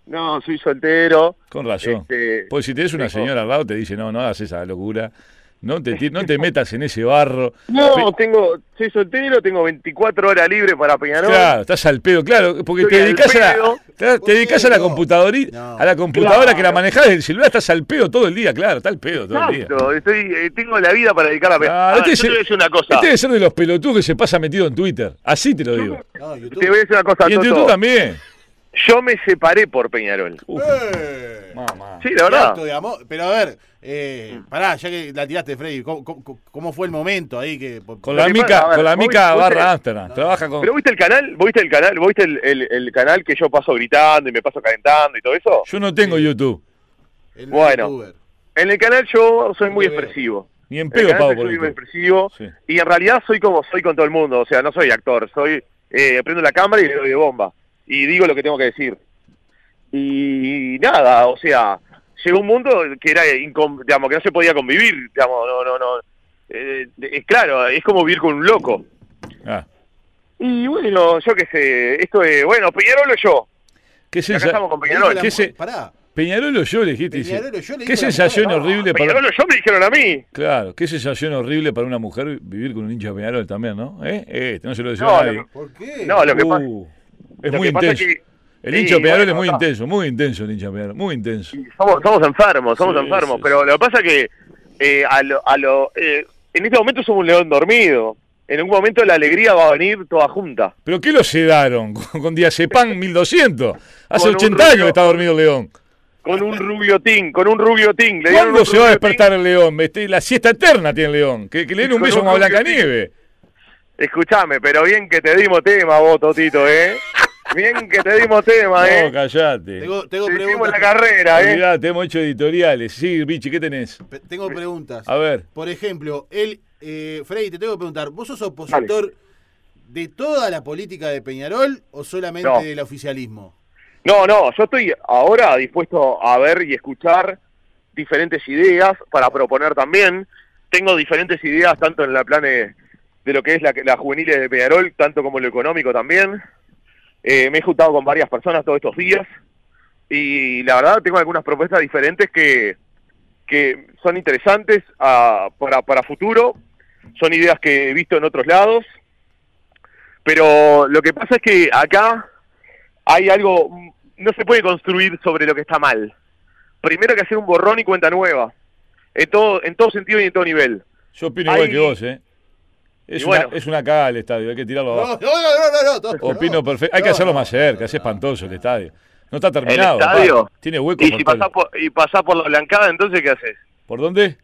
[SPEAKER 3] No, soy soltero.
[SPEAKER 1] Con razón.
[SPEAKER 3] Este,
[SPEAKER 1] Pues si tenés una
[SPEAKER 3] tengo-
[SPEAKER 1] señora al lado, te dice, no, no hagas esa locura. No te, ti- no te metas en ese barro.
[SPEAKER 3] no, tengo, soy soltero, tengo 24 horas libres para Peñarol.
[SPEAKER 1] Claro, estás al pedo, claro, porque
[SPEAKER 3] Estoy
[SPEAKER 1] te
[SPEAKER 3] al
[SPEAKER 1] dedicas a la,
[SPEAKER 3] pedo.
[SPEAKER 1] te- te dedicas a la
[SPEAKER 2] No.
[SPEAKER 1] computadorita,
[SPEAKER 2] No.
[SPEAKER 1] a la computadora
[SPEAKER 3] Claro.
[SPEAKER 1] que la manejás del celular, estás al pedo todo el día, claro, está al pedo todo el día.
[SPEAKER 3] Exacto, estoy, eh, tengo la vida para dedicar a Peñarol.
[SPEAKER 1] Ah,
[SPEAKER 3] A ver,
[SPEAKER 1] este
[SPEAKER 3] yo
[SPEAKER 1] es-
[SPEAKER 3] te voy a decir una cosa.
[SPEAKER 1] Este debe ser de los pelotudos que se pasa metido en Twitter. Así te lo digo.
[SPEAKER 2] No, YouTube.
[SPEAKER 3] Te voy a decir una cosa,
[SPEAKER 1] Y en YouTube
[SPEAKER 3] Toto.
[SPEAKER 1] también.
[SPEAKER 3] Yo me separé por Peñarol.
[SPEAKER 1] Uf,
[SPEAKER 2] Eh,
[SPEAKER 1] mamá.
[SPEAKER 3] Sí, la
[SPEAKER 2] qué
[SPEAKER 3] verdad. Mm.
[SPEAKER 2] acto de amor. Pero a ver, eh, pará, ya que la tiraste, Freddy, ¿cómo, cómo- cómo fue el momento ahí? que por-
[SPEAKER 1] Con
[SPEAKER 3] Lo
[SPEAKER 1] la
[SPEAKER 3] que pasa,
[SPEAKER 1] mica,
[SPEAKER 3] a ver,
[SPEAKER 1] con la
[SPEAKER 3] vos-
[SPEAKER 1] mica
[SPEAKER 3] vos
[SPEAKER 1] barra
[SPEAKER 3] tenés-
[SPEAKER 1] Amsterdam. Trabaja con.
[SPEAKER 3] Pero viste el canal, ¿Vos viste el canal, ¿Vos viste el, el- el canal que yo paso gritando y me paso calentando y todo eso.
[SPEAKER 1] Yo no tengo YouTube.
[SPEAKER 2] el
[SPEAKER 3] bueno.
[SPEAKER 2] youtuber?
[SPEAKER 3] En el canal yo soy muy
[SPEAKER 2] Yo veo.
[SPEAKER 3] expresivo.
[SPEAKER 1] Ni en
[SPEAKER 3] En el
[SPEAKER 1] pedo
[SPEAKER 3] canal
[SPEAKER 1] pago
[SPEAKER 3] soy
[SPEAKER 1] por
[SPEAKER 3] muy
[SPEAKER 1] YouTube.
[SPEAKER 3] expresivo.
[SPEAKER 1] Sí.
[SPEAKER 3] Y en realidad soy como soy con todo el mundo, o sea, no soy actor, soy eh, prendo la cámara y le doy de bomba y digo lo que tengo que decir. Y nada, o sea, llegó un mundo que era incom- digamos que no se podía convivir, digamos, no no no Eh, es claro, es como vivir con un loco.
[SPEAKER 1] Ah,
[SPEAKER 3] Y bueno, yo qué sé, esto es, bueno, Peñarol o yo.
[SPEAKER 1] qué
[SPEAKER 3] Acá
[SPEAKER 1] sensa-
[SPEAKER 3] estamos con
[SPEAKER 2] Le dijo
[SPEAKER 3] Peñarol.
[SPEAKER 2] la
[SPEAKER 1] ¿Qué
[SPEAKER 2] mu-
[SPEAKER 1] se-
[SPEAKER 2] Pará.
[SPEAKER 1] Peñarol o yo le dijiste. dice.
[SPEAKER 2] Peñarol o yo le
[SPEAKER 1] Qué
[SPEAKER 2] digo la
[SPEAKER 1] sensación
[SPEAKER 2] mujer.
[SPEAKER 1] horrible
[SPEAKER 3] Peñarol
[SPEAKER 1] para.
[SPEAKER 3] o yo me dijeron a mí.
[SPEAKER 1] Claro, qué sensación horrible para una mujer vivir con un hincha de Peñarol también, ¿no? ¿Eh? Este, no se lo deseo
[SPEAKER 3] No,
[SPEAKER 1] a nadie.
[SPEAKER 3] lo
[SPEAKER 2] ¿Por qué?
[SPEAKER 3] No, lo que pasa,
[SPEAKER 1] Uh, es
[SPEAKER 3] lo
[SPEAKER 1] muy
[SPEAKER 3] que pasa es
[SPEAKER 1] intenso.
[SPEAKER 3] que
[SPEAKER 1] El
[SPEAKER 3] sí,
[SPEAKER 1] hincha de Peñarol es
[SPEAKER 3] bueno,
[SPEAKER 1] muy
[SPEAKER 3] está.
[SPEAKER 1] intenso, muy intenso el hincha de Peñarol, muy intenso.
[SPEAKER 3] somos, somos enfermos, somos
[SPEAKER 1] Sí,
[SPEAKER 3] enfermos,
[SPEAKER 1] sí,
[SPEAKER 3] pero lo que pasa es que eh, a lo, a lo, eh, en este momento somos un león dormido. En un momento la alegría va a venir toda junta.
[SPEAKER 1] ¿Pero qué lo sedaron? Con, con diazepam 1200. Hace
[SPEAKER 3] Con un
[SPEAKER 1] 80 años que
[SPEAKER 3] ruido.
[SPEAKER 1] está dormido el león.
[SPEAKER 3] Con un rubio ting, con un rubio ting. Le dieron
[SPEAKER 1] ¿Cuándo
[SPEAKER 3] un
[SPEAKER 1] se va a
[SPEAKER 3] rubio ting.
[SPEAKER 1] despertar el león? Este, la siesta eterna tiene el león. Que, que le den un
[SPEAKER 3] Con
[SPEAKER 1] beso
[SPEAKER 3] un
[SPEAKER 1] como a
[SPEAKER 3] rubio
[SPEAKER 1] Blancanieve.
[SPEAKER 3] Escuchame, pero bien que te dimos tema vos, Totito, ¿eh? Bien que te dimos tema,
[SPEAKER 1] No,
[SPEAKER 3] ¿eh?
[SPEAKER 1] callate.
[SPEAKER 2] Tengo, tengo
[SPEAKER 3] Te hicimos la
[SPEAKER 2] preguntas.
[SPEAKER 3] carrera, ¿eh?
[SPEAKER 1] Olvidate, hemos hecho editoriales. Sí, bichi, ¿qué tenés?
[SPEAKER 2] Pe- Tengo preguntas.
[SPEAKER 1] A ver.
[SPEAKER 2] Por ejemplo, él, eh, Freddy, te tengo que preguntar, ¿vos sos opositor de toda la política de Peñarol o solamente
[SPEAKER 3] No.
[SPEAKER 2] del oficialismo?
[SPEAKER 3] No, no, yo estoy ahora dispuesto a ver y escuchar diferentes ideas para proponer también. Tengo diferentes ideas tanto en la plane de lo que es la, la juvenil de Peñarol, tanto como lo económico también. Eh, me he juntado con varias personas todos estos días y la verdad tengo algunas propuestas diferentes que, que son interesantes ah, para, para futuro, son ideas que he visto en otros lados, pero lo que pasa es que acá hay algo, no se puede construir sobre lo que está mal. Primero hay que hacer un borrón y cuenta nueva, en todo, en todo sentido y en todo nivel.
[SPEAKER 1] Yo opino igual
[SPEAKER 3] Ahí-
[SPEAKER 1] que vos, ¿eh? Es,
[SPEAKER 3] Y bueno.
[SPEAKER 1] una, es una cagada el estadio, hay que tirarlo
[SPEAKER 2] No, no,
[SPEAKER 1] abajo.
[SPEAKER 2] no, no, no, todo-
[SPEAKER 1] Opino
[SPEAKER 2] no.
[SPEAKER 1] perfecto. Hay que
[SPEAKER 2] No,
[SPEAKER 1] hacerlo
[SPEAKER 2] no,
[SPEAKER 1] más cerca,
[SPEAKER 2] no,
[SPEAKER 1] es
[SPEAKER 2] no.
[SPEAKER 1] espantoso el estadio. No está terminado.
[SPEAKER 3] el estadio.
[SPEAKER 1] pa. Tiene hueco.
[SPEAKER 3] Y si
[SPEAKER 1] mortal.
[SPEAKER 3] pasás por, y pasás por la blancada, entonces ¿qué haces?
[SPEAKER 1] ¿Por dónde?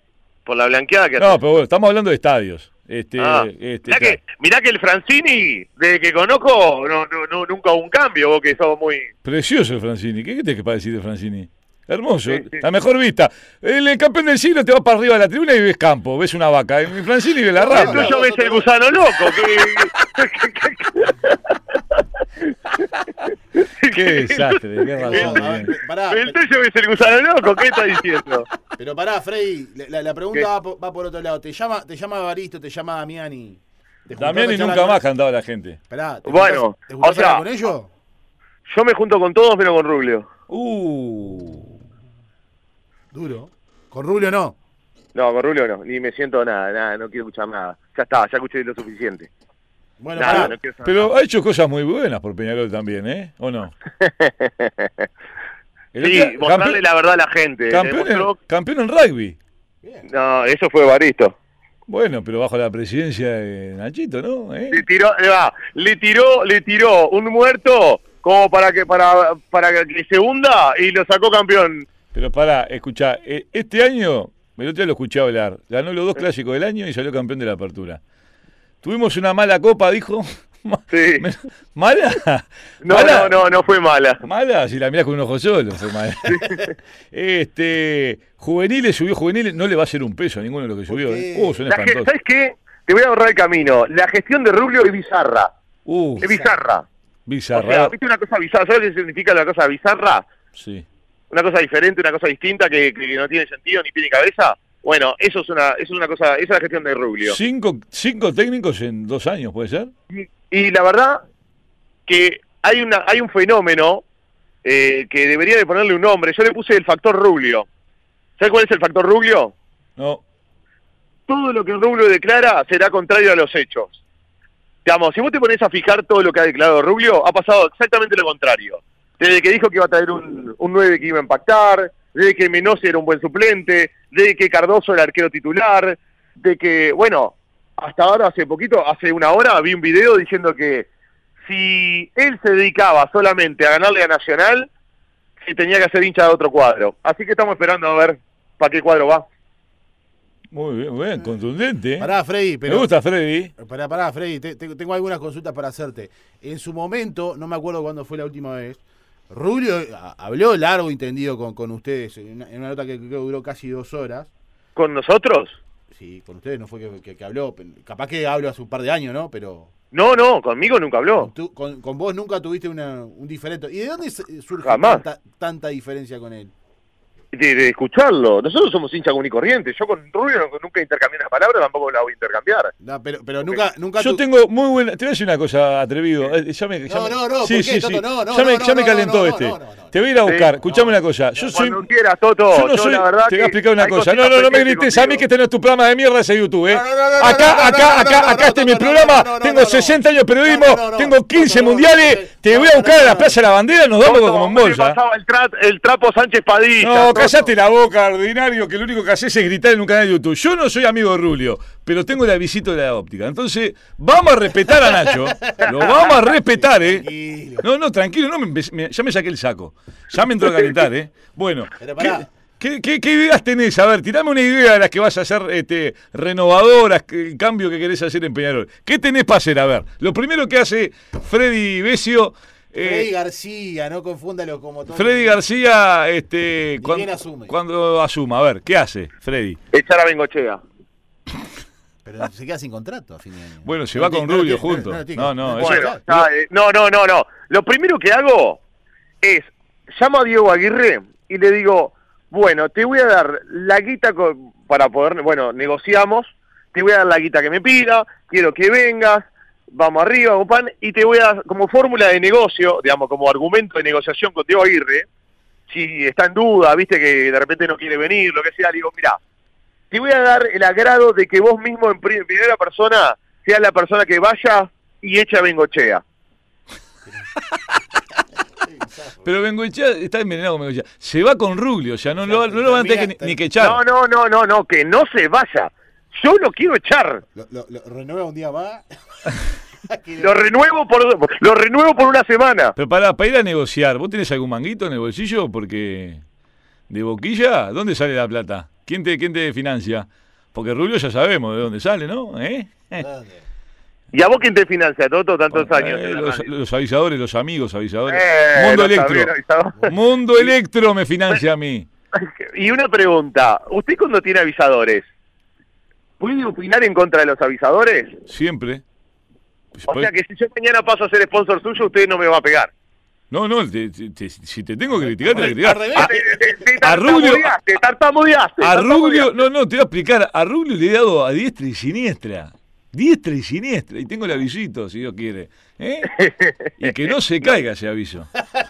[SPEAKER 3] Por la blanqueada que
[SPEAKER 1] No, pero bueno, estamos hablando de estadios. Este,
[SPEAKER 3] Ah,
[SPEAKER 1] este,
[SPEAKER 3] mirá, que, mirá que el Francini, desde que conozco, no, no, no- nunca hubo un cambio, vos que sos muy...
[SPEAKER 1] Precioso el Francini. ¿Qué te que para decir de Francini? Hermoso,
[SPEAKER 3] Sí, sí.
[SPEAKER 1] la mejor vista. El, eh, campeón del siglo te va para arriba de la tribuna y ves campo, ves una vaca. Y Francini ve la
[SPEAKER 3] El
[SPEAKER 2] no,
[SPEAKER 1] rama.
[SPEAKER 3] tuyo ves el gusano loco. que-
[SPEAKER 1] Qué desastre, qué
[SPEAKER 2] No,
[SPEAKER 1] razón.
[SPEAKER 2] a ver,
[SPEAKER 1] tenés.
[SPEAKER 2] pará,
[SPEAKER 3] El tuyo ves el gusano loco, ¿qué estás diciendo?
[SPEAKER 2] pero pará, Freddy, la- la, la
[SPEAKER 3] ¿Qué?
[SPEAKER 2] pregunta va por, va por otro lado. Te llama, te llama Baristo, te llama Damiani. ¿Te juntás
[SPEAKER 1] Damiani
[SPEAKER 2] a charlar
[SPEAKER 1] nunca
[SPEAKER 2] con-
[SPEAKER 1] más cantaba la gente.
[SPEAKER 2] Pará, ¿te
[SPEAKER 3] Bueno,
[SPEAKER 2] juntás- ¿te juntás
[SPEAKER 3] o sea-
[SPEAKER 2] a hablar con ellos?
[SPEAKER 3] Yo me junto con todos menos con Rubio.
[SPEAKER 1] Uh.
[SPEAKER 2] Duro. Con Rubio no.
[SPEAKER 3] No, con Rubio no, ni me siento nada, nada, no quiero escuchar nada. Ya está, ya escuché lo suficiente.
[SPEAKER 2] Bueno,
[SPEAKER 3] Nada,
[SPEAKER 2] pará.
[SPEAKER 3] no quiero saber
[SPEAKER 1] Pero ha hecho cosas muy buenas por Peñarol también, ¿eh? ¿O no? El
[SPEAKER 3] Sí,
[SPEAKER 1] otro día,
[SPEAKER 3] mostrarle la eh, verdad a la gente.
[SPEAKER 1] campeón, en,
[SPEAKER 3] Demostró-
[SPEAKER 1] campeón en rugby.
[SPEAKER 2] Bien.
[SPEAKER 3] No, eso fue Baristo.
[SPEAKER 1] Bueno, pero bajo la presidencia de Nachito, ¿no? ¿Eh?
[SPEAKER 3] Le tiró, le va, le tiró, le tiró un muerto como para que para para que se hunda y lo sacó campeón.
[SPEAKER 1] Pero pará, escuchá, eh, este año, el otro día lo escuché hablar, ganó los dos clásicos del año y salió campeón de la apertura. Tuvimos una mala copa, dijo. Ma-
[SPEAKER 3] Sí.
[SPEAKER 1] me- ¿Mala?
[SPEAKER 3] No,
[SPEAKER 1] ¿Mala?
[SPEAKER 3] no, no, no fue mala.
[SPEAKER 1] Mala, si la mirás con un ojo solo, fue mala. este, juveniles, subió juveniles, no le va a hacer un peso a ninguno de los que
[SPEAKER 2] ¿Por
[SPEAKER 1] subió.
[SPEAKER 2] qué?
[SPEAKER 1] ¿eh? Uh, son
[SPEAKER 3] La ge-
[SPEAKER 1] espantosos.
[SPEAKER 3] ¿Sabes qué? Te voy a ahorrar el camino. La gestión de Rubio es bizarra.
[SPEAKER 1] Uh,
[SPEAKER 3] Es bizarra. O
[SPEAKER 1] bizarra.
[SPEAKER 3] sea, ¿viste una cosa bizarra? ¿Sabes qué significa la cosa bizarra?
[SPEAKER 1] Sí.
[SPEAKER 3] Una cosa diferente, una cosa distinta que, que no tiene sentido ni tiene cabeza. Bueno, eso es una, eso es una cosa, esa es la gestión de Rubio.
[SPEAKER 1] Cinco, cinco técnicos en dos años, ¿puede ser?
[SPEAKER 3] Y, y la verdad que hay una hay un fenómeno eh, que debería de ponerle un nombre. Yo le puse el factor Rubio. ¿Sabes cuál es el factor Rubio?
[SPEAKER 1] No.
[SPEAKER 3] Todo lo que Rubio declara será contrario a los hechos. Digamos, si vos te pones a fijar todo lo que ha declarado Rubio, ha pasado exactamente lo contrario. Desde que dijo que iba a traer un, un 9 que iba a impactar, desde que Menossi era un buen suplente, desde que Cardoso era arquero titular, de que, bueno, hasta ahora, hace poquito, hace una hora, vi un video diciendo que si él se dedicaba solamente a ganarle a Nacional, se tenía que hacer hincha de otro cuadro. Así que estamos esperando a ver para qué cuadro va.
[SPEAKER 1] Muy bien, muy bien, contundente. ¿eh?
[SPEAKER 2] Mm. Pará, Freddy, pero.
[SPEAKER 1] Me gusta Freddy.
[SPEAKER 2] Eh, Pará, pará, Freddy, te- te- tengo algunas consultas para hacerte. En su momento, no me acuerdo cuándo fue la última vez, Rubio eh, a- habló largo y tendido con, con ustedes, en una, en una nota que creo que duró casi dos horas.
[SPEAKER 3] ¿Con nosotros?
[SPEAKER 2] Sí, con ustedes no fue que, que- que habló, pe- capaz que hablo hace un par de años, ¿no? Pero
[SPEAKER 3] No, no, conmigo nunca habló.
[SPEAKER 2] tú- con, con vos nunca tuviste una- un diferente. ¿Y de dónde se- surge
[SPEAKER 3] Jamás.
[SPEAKER 2] Tanta, tanta diferencia con él?
[SPEAKER 3] De, de escucharlo. Nosotros somos hincha común y corriente. Yo con Rubio no- nunca intercambié una palabra, tampoco la voy a intercambiar.
[SPEAKER 2] No, pero, pero nunca, nunca
[SPEAKER 1] Yo
[SPEAKER 2] tu-
[SPEAKER 1] tengo muy buena. Te voy a decir una cosa, atrevido. Eh, Ya me, ya
[SPEAKER 2] No,
[SPEAKER 1] me-
[SPEAKER 2] no, no, ¿por
[SPEAKER 1] Sí,
[SPEAKER 2] qué,
[SPEAKER 1] sí,
[SPEAKER 2] Toto?
[SPEAKER 1] sí.
[SPEAKER 2] No, no,
[SPEAKER 1] ya me,
[SPEAKER 2] no,
[SPEAKER 1] ya
[SPEAKER 2] no,
[SPEAKER 1] me
[SPEAKER 2] no,
[SPEAKER 1] calentó
[SPEAKER 2] no, no,
[SPEAKER 1] este.
[SPEAKER 2] no, no, no.
[SPEAKER 1] Te voy a ir a
[SPEAKER 3] Sí,
[SPEAKER 1] buscar. Escuchame
[SPEAKER 2] no.
[SPEAKER 1] una cosa. Yo soy.
[SPEAKER 3] Cuando quieras, Toto.
[SPEAKER 1] Yo no soy.
[SPEAKER 3] la verdad
[SPEAKER 1] te voy a
[SPEAKER 3] que
[SPEAKER 1] explicar una
[SPEAKER 3] hay
[SPEAKER 1] cosa. No,
[SPEAKER 3] cositas
[SPEAKER 1] no, no me
[SPEAKER 3] pendientes
[SPEAKER 1] grites a mí
[SPEAKER 3] contigo.
[SPEAKER 1] que este no es tu programa de mierda ese YouTube, ¿eh?
[SPEAKER 2] No, no, no, no, no,
[SPEAKER 1] Acá,
[SPEAKER 2] no,
[SPEAKER 1] acá,
[SPEAKER 2] no, no,
[SPEAKER 1] acá,
[SPEAKER 2] no,
[SPEAKER 1] acá
[SPEAKER 2] no,
[SPEAKER 1] este es mi
[SPEAKER 2] no, no, no,
[SPEAKER 1] programa.
[SPEAKER 2] no, no,
[SPEAKER 1] Tengo
[SPEAKER 2] no, no.
[SPEAKER 1] 60 años de periodismo.
[SPEAKER 2] No, no, no,
[SPEAKER 1] Tengo
[SPEAKER 2] no,
[SPEAKER 1] 15
[SPEAKER 2] no, no, no,
[SPEAKER 1] mundiales.
[SPEAKER 2] no,
[SPEAKER 1] Te
[SPEAKER 2] no,
[SPEAKER 1] voy a
[SPEAKER 2] no,
[SPEAKER 1] buscar a
[SPEAKER 2] no,
[SPEAKER 1] la
[SPEAKER 2] no.
[SPEAKER 1] Plaza de la Bandera. Nos vamos
[SPEAKER 3] Toto,
[SPEAKER 1] como en
[SPEAKER 3] ¿dónde
[SPEAKER 1] bolsa.
[SPEAKER 3] pasaba el, tra- el trapo Sánchez Padilla.
[SPEAKER 1] No,
[SPEAKER 3] Toto?
[SPEAKER 1] callate la boca, ordinario, que lo único que haces es gritar en un canal de YouTube. Yo no soy amigo de Rulio, pero tengo la visita de la óptica. Entonces, vamos a respetar a Nacho. Lo vamos a respetar, ¿eh?
[SPEAKER 2] Tranquilo.
[SPEAKER 1] No, no, tranquilo, no, me empe- me- ya me saqué el saco. Ya me entró a calentar, ¿eh? Bueno,
[SPEAKER 2] Pero
[SPEAKER 1] ¿qué,
[SPEAKER 2] pará.
[SPEAKER 1] qué- qué- qué ideas tenés? A ver, tirame una idea de las que vas a hacer este, renovadoras, que- el cambio que querés hacer en Peñarol. ¿Qué tenés para hacer? A ver, lo primero que hace Freddy Besio. eh,
[SPEAKER 2] Freddy García, no confúndalo como todo.
[SPEAKER 1] Freddy García, este,
[SPEAKER 2] Ni
[SPEAKER 1] cuan-
[SPEAKER 2] bien asume.
[SPEAKER 1] cuando asuma, a ver, ¿qué hace Freddy?
[SPEAKER 3] Echar a Bengochea.
[SPEAKER 2] Pero se queda sin contrato a fin de año.
[SPEAKER 1] Bueno, se
[SPEAKER 2] No
[SPEAKER 1] va
[SPEAKER 2] tiene-
[SPEAKER 1] con
[SPEAKER 2] lo
[SPEAKER 1] Rubio
[SPEAKER 2] tiene-
[SPEAKER 1] junto.
[SPEAKER 2] lo tiene.
[SPEAKER 1] No, no, eso-
[SPEAKER 3] Bueno, ya, eh, no, no, no, no. Lo primero que hago es llamo a Diego Aguirre y le digo, bueno, te voy a dar la guita co- para poder, bueno, negociamos te voy a dar la guita que me pida, quiero que vengas, vamos arriba, pan y te voy a, como fórmula de negocio, digamos, como argumento de negociación con Diego Aguirre, si está en duda, viste que de repente no quiere venir, lo que sea, le digo, mira, te voy a dar el agrado de que vos mismo en pri- en primera persona seas la persona que vaya y echa a Bengochea.
[SPEAKER 1] Pero Bengoechea está envenenado con Bengoechea. Se va con Rubio, o sea, no, lo, no lo van a tener que, ni que echar.
[SPEAKER 3] No, no, no, no, no, que no se vaya. Yo lo quiero echar.
[SPEAKER 2] Lo, lo- lo renueva un día más.
[SPEAKER 3] Lo renuevo por lo renuevo por una semana.
[SPEAKER 1] Pero para, para ir a negociar, ¿vos tenés algún manguito en el bolsillo? Porque de boquilla, ¿dónde sale la plata? ¿Quién te, quién te financia? Porque Rubio ya sabemos de dónde sale, ¿no? ¿Eh?
[SPEAKER 3] ¿Y a vos quién te financia, Toto, tantos años?
[SPEAKER 1] Eh,
[SPEAKER 3] en la
[SPEAKER 1] los,
[SPEAKER 3] radio?
[SPEAKER 1] los avisadores, los amigos avisadores.
[SPEAKER 3] Eh,
[SPEAKER 1] Mundo
[SPEAKER 3] los
[SPEAKER 1] Electro.
[SPEAKER 3] amigos avisadores.
[SPEAKER 1] Mundo Electro me financia a mí.
[SPEAKER 3] Y una pregunta, ¿usted cuando tiene avisadores, puede opinar en contra de los avisadores?
[SPEAKER 1] Siempre.
[SPEAKER 3] O
[SPEAKER 1] Pues
[SPEAKER 3] sea que si yo mañana paso a ser sponsor suyo, usted no me va a pegar.
[SPEAKER 1] No, no, te- te- te- si te tengo que criticar, te voy a criticar.
[SPEAKER 2] Al revés.
[SPEAKER 1] A-
[SPEAKER 3] Te- te- te
[SPEAKER 1] a Rubio-
[SPEAKER 3] tartamudeaste, tartamudeaste,
[SPEAKER 1] A
[SPEAKER 3] tartamudeaste.
[SPEAKER 1] Rubio, no, no, te voy a explicar. A Rubio le he dado a diestra y siniestra. Diestra y siniestra. Y tengo el avisito, si Dios quiere. ¿Eh? Y que no se caiga ese aviso.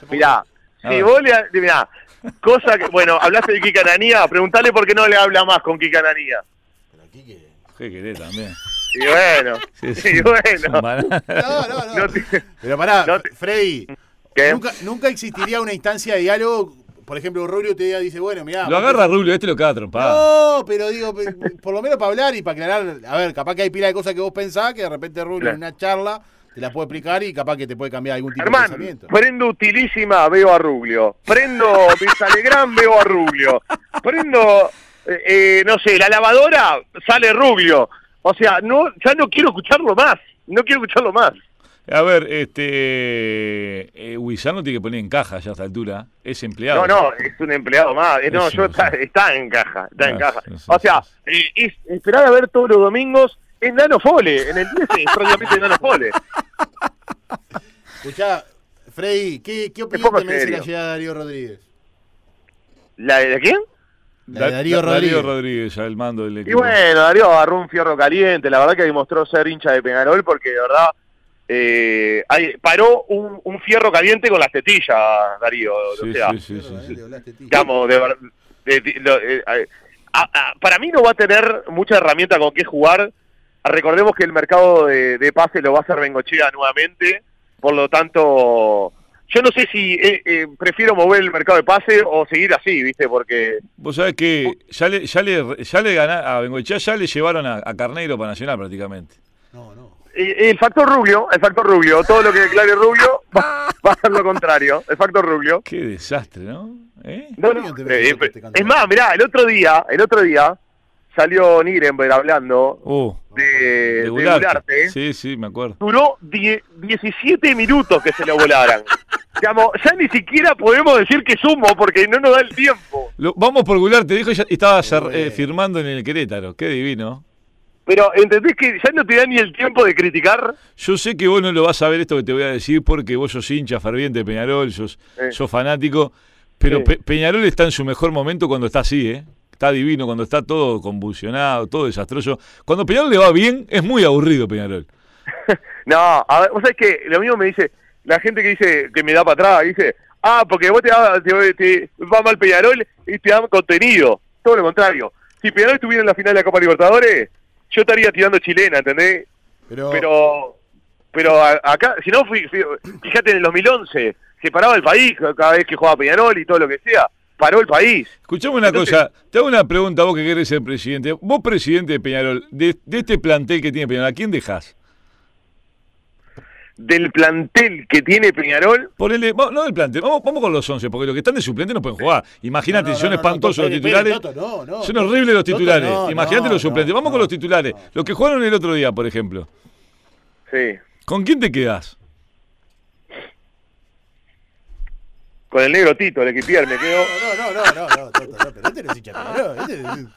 [SPEAKER 3] Mirá,
[SPEAKER 1] A
[SPEAKER 3] si
[SPEAKER 1] ver.
[SPEAKER 3] vos le... ha- Mirá, cosa que... Bueno, hablaste de Kika Ananía, preguntale por qué no le habla más con Kika Ananía.
[SPEAKER 2] Pero aquí que-
[SPEAKER 1] ¿Qué querés también?
[SPEAKER 3] Y bueno,
[SPEAKER 1] Sí, sí.
[SPEAKER 3] y bueno.
[SPEAKER 1] Banana.
[SPEAKER 2] No, no, no.
[SPEAKER 3] No te-
[SPEAKER 2] Pero pará,
[SPEAKER 3] no te-
[SPEAKER 2] Freddy.
[SPEAKER 3] ¿Qué?
[SPEAKER 2] Nunca, nunca existiría una instancia de diálogo. Por ejemplo, Rubio te dice, bueno, mirá.
[SPEAKER 1] Lo agarra Rubio, este lo caga trompado.
[SPEAKER 2] No, pero digo, pe- por lo menos para hablar y para aclarar. A ver, capaz que hay pila de cosas que vos pensás que de repente Rubio
[SPEAKER 3] Claro.
[SPEAKER 2] en una charla te las puede explicar y capaz que te puede cambiar algún tipo de
[SPEAKER 3] Germán,
[SPEAKER 2] pensamiento.
[SPEAKER 3] prendo utilísima, veo a Ruglio. Prendo Visalegrán, veo a Ruglio. Prendo, eh, eh, no sé, la lavadora, sale Ruglio. O sea, no, ya no quiero escucharlo más. No quiero escucharlo más.
[SPEAKER 1] A ver, este. Eh, Huizano tiene que poner en caja ya a esta altura. Es empleado.
[SPEAKER 3] No, no, es un empleado más. Eh, No,
[SPEAKER 1] Sí,
[SPEAKER 3] yo
[SPEAKER 1] sí,
[SPEAKER 3] está,
[SPEAKER 1] sí.
[SPEAKER 3] está en caja, está en
[SPEAKER 1] Ah,
[SPEAKER 3] caja.
[SPEAKER 1] sí, sí,
[SPEAKER 3] O sea, eh, es esperar a ver todos los domingos en Nano Fole, en el 10 es prácticamente Nano Fole.
[SPEAKER 2] Escuchá, Freddy, ¿qué, qué opinión
[SPEAKER 3] pongo
[SPEAKER 2] te merece
[SPEAKER 3] serio.
[SPEAKER 2] la llegada de Darío Rodríguez?
[SPEAKER 3] ¿La de quién?
[SPEAKER 2] La de Darío Rodríguez.
[SPEAKER 1] Rodríguez, al mando del
[SPEAKER 3] Y
[SPEAKER 1] equipo.
[SPEAKER 3] bueno, Darío agarró un fierro caliente, la verdad que demostró ser hincha de Peñarol porque de verdad eh, ahí paró un, un fierro caliente con las tetillas, Darío.
[SPEAKER 1] Sí,
[SPEAKER 3] o sea,
[SPEAKER 1] sí, sí, sí,
[SPEAKER 2] eh,
[SPEAKER 1] sí.
[SPEAKER 3] digamos, de ver- de- de- lo- eh, eh, a- a- para mí no va a tener mucha herramienta con qué jugar. Recordemos que el mercado de, de pases lo va a hacer Bengochea nuevamente, por lo tanto, yo no sé si eh, eh, prefiero mover el mercado de pases o seguir así, ¿viste? Porque
[SPEAKER 1] Vos sabés que ya le, ya le, ya le gana- a Bengoechea ya le llevaron a, a Carneiro para Nacional prácticamente.
[SPEAKER 2] No, no.
[SPEAKER 3] Eh, El factor Rubio, el factor Rubio, todo lo que declare Rubio va, va a ser lo contrario, el factor Rubio.
[SPEAKER 1] Qué desastre, ¿no? ¿Eh?
[SPEAKER 3] No, no, eh, eh, es más, mirá, el otro día, el otro día salió Nirenberg hablando
[SPEAKER 1] Oh,
[SPEAKER 3] de, de
[SPEAKER 1] Goulart.
[SPEAKER 3] Goulart, ¿eh?
[SPEAKER 1] Sí, sí, me acuerdo.
[SPEAKER 3] duró die- 17 minutos que se lo volaran. Digamos, ya ni siquiera podemos decir que sumo porque no nos da el tiempo.
[SPEAKER 1] Lo- vamos por Goulart, te dijo, ya estaba cer-
[SPEAKER 2] Bueno.
[SPEAKER 1] eh, firmando en el Querétaro. Qué divino.
[SPEAKER 3] Pero entendés que ya no te da ni el tiempo de criticar.
[SPEAKER 1] Yo sé que vos no lo vas a ver esto que te voy a decir porque vos sos hincha ferviente de Peñarol, sos,
[SPEAKER 3] Eh.
[SPEAKER 1] sos fanático, pero
[SPEAKER 3] Sí.
[SPEAKER 1] Pe- Peñarol está en su mejor momento cuando está así, ¿eh? Está divino, cuando está todo convulsionado, todo desastroso. Cuando Peñarol le va bien, es muy aburrido Peñarol.
[SPEAKER 3] No, a ver, vos sabés que lo mismo me dice, la gente que dice que me da para atrás, dice, ah, porque vos te, da- te- te va mal Peñarol y te dan contenido. Todo lo contrario. Si Peñarol estuviera en la final de la Copa Libertadores, yo estaría tirando chilena, ¿entendés?
[SPEAKER 2] Pero,
[SPEAKER 3] Pero pero a- acá, si no, fui, fui- fíjate en el 2011, se paraba el país cada vez que jugaba Peñarol y todo lo que sea. Paró el país.
[SPEAKER 1] Escuchame una
[SPEAKER 3] Entonces-
[SPEAKER 1] cosa, te hago una pregunta, vos que querés ser presidente. Vos, presidente de Peñarol, de, de este plantel que tiene Peñarol, ¿a quién dejás?
[SPEAKER 3] Del plantel que tiene Peñarol,
[SPEAKER 1] Ponele, vamos- no del plantel, vamos, vamos con los 11, porque los que están de suplente no pueden jugar. Imagínate,
[SPEAKER 2] No, no,
[SPEAKER 1] son
[SPEAKER 2] no, no,
[SPEAKER 1] espantosos
[SPEAKER 2] Toto,
[SPEAKER 1] los
[SPEAKER 2] espere, espere,
[SPEAKER 1] titulares.
[SPEAKER 2] Toto, no, no,
[SPEAKER 1] son
[SPEAKER 2] Toto,
[SPEAKER 1] horribles los
[SPEAKER 2] Toto,
[SPEAKER 1] titulares.
[SPEAKER 2] no,
[SPEAKER 1] Imagínate
[SPEAKER 2] no,
[SPEAKER 1] los suplentes.
[SPEAKER 2] no,
[SPEAKER 1] vamos con
[SPEAKER 2] no,
[SPEAKER 1] los titulares.
[SPEAKER 2] no.
[SPEAKER 1] Los que jugaron el otro día, por ejemplo.
[SPEAKER 3] sí,
[SPEAKER 1] ¿Con quién te quedás?
[SPEAKER 3] con el negro Tito, el equipier, me quedo.
[SPEAKER 2] No, no, no, no, no, Toto, no, pero este no es hincha de Peñarol, este es-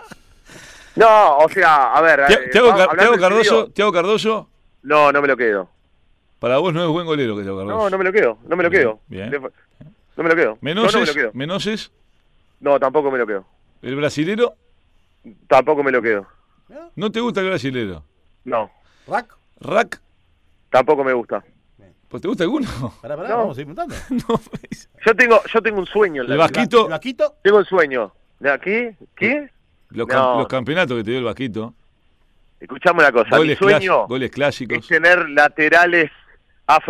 [SPEAKER 3] No, o sea, a ver.
[SPEAKER 1] Tia-
[SPEAKER 3] eh,
[SPEAKER 1] Tiago
[SPEAKER 2] ah,
[SPEAKER 3] va-
[SPEAKER 1] Car-
[SPEAKER 3] hablando
[SPEAKER 1] Tiago
[SPEAKER 3] en serio,
[SPEAKER 1] Cardoso, Tiago Cardoso,
[SPEAKER 3] No, no me lo quedo.
[SPEAKER 1] para vos no es buen golero que Tiago Cardoso.
[SPEAKER 3] No, no me lo quedo. No me lo
[SPEAKER 1] Bien,
[SPEAKER 3] quedo.
[SPEAKER 1] bien.
[SPEAKER 3] De- No me lo quedo.
[SPEAKER 1] Menoses,
[SPEAKER 3] no, no me lo quedo.
[SPEAKER 1] Menoses,
[SPEAKER 3] No, tampoco me lo quedo.
[SPEAKER 1] el brasilero,
[SPEAKER 3] Tampoco me lo quedo.
[SPEAKER 2] ¿No?
[SPEAKER 1] ¿No te gusta el brasilero?
[SPEAKER 3] No,
[SPEAKER 2] ¿Rack?
[SPEAKER 1] ¿Rack?
[SPEAKER 3] tampoco me gusta.
[SPEAKER 1] ¿Pues te gusta alguno?
[SPEAKER 2] Pará, pará,
[SPEAKER 3] No.
[SPEAKER 2] vamos a ir preguntando.
[SPEAKER 1] no, pues. me dice.
[SPEAKER 3] Yo tengo, yo tengo un sueño. en la
[SPEAKER 1] El
[SPEAKER 3] vida.
[SPEAKER 1] vasquito,
[SPEAKER 2] ¿El vaquito?
[SPEAKER 3] Tengo un sueño. ¿De aquí? ¿Qué?
[SPEAKER 1] los, cam-
[SPEAKER 3] No.
[SPEAKER 1] los campeonatos que te dio el vasquito.
[SPEAKER 3] Escuchame una cosa. Mi
[SPEAKER 1] goles, clas-
[SPEAKER 3] sueño
[SPEAKER 1] goles
[SPEAKER 3] es
[SPEAKER 1] clásicos.
[SPEAKER 3] tener laterales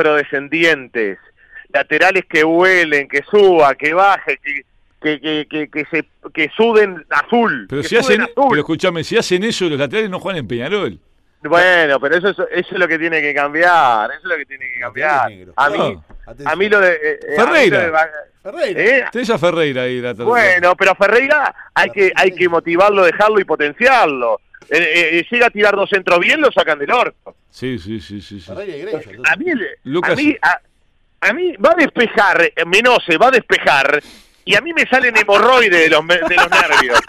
[SPEAKER 3] afrodescendientes, laterales que huelen, que suba, que baje, que, que, que, que, que se, que suden azul.
[SPEAKER 1] Pero
[SPEAKER 3] que
[SPEAKER 1] si hacen,
[SPEAKER 3] suden azul.
[SPEAKER 1] pero escúchame, si hacen eso los laterales no juegan en Peñarol.
[SPEAKER 3] Bueno, pero eso es, eso es lo que tiene que cambiar. Eso es lo que tiene que cambiar.
[SPEAKER 2] Negro.
[SPEAKER 3] A mí,
[SPEAKER 1] Claro.
[SPEAKER 2] Atención.
[SPEAKER 3] a mí lo de. eh, eh, a mí
[SPEAKER 1] Ferreira.
[SPEAKER 3] lo de va-
[SPEAKER 2] Ferreira.
[SPEAKER 3] ¿eh?
[SPEAKER 1] Tenés a Ferreira ahí la
[SPEAKER 3] Bueno, pero Ferreira hay que, hay que motivarlo, dejarlo y potenciarlo. Eh, eh, eh, llega a tirar dos centros bien, lo sacan del orto.
[SPEAKER 1] Sí, sí, sí, sí, sí.
[SPEAKER 2] Ferreira y Grecia.
[SPEAKER 3] A mí, el-
[SPEAKER 1] Lucas-
[SPEAKER 3] a mí, a, a mí va a despejar, eh, Menose va a despejar, y a mí me salen hemorroides de los, me- de los nervios.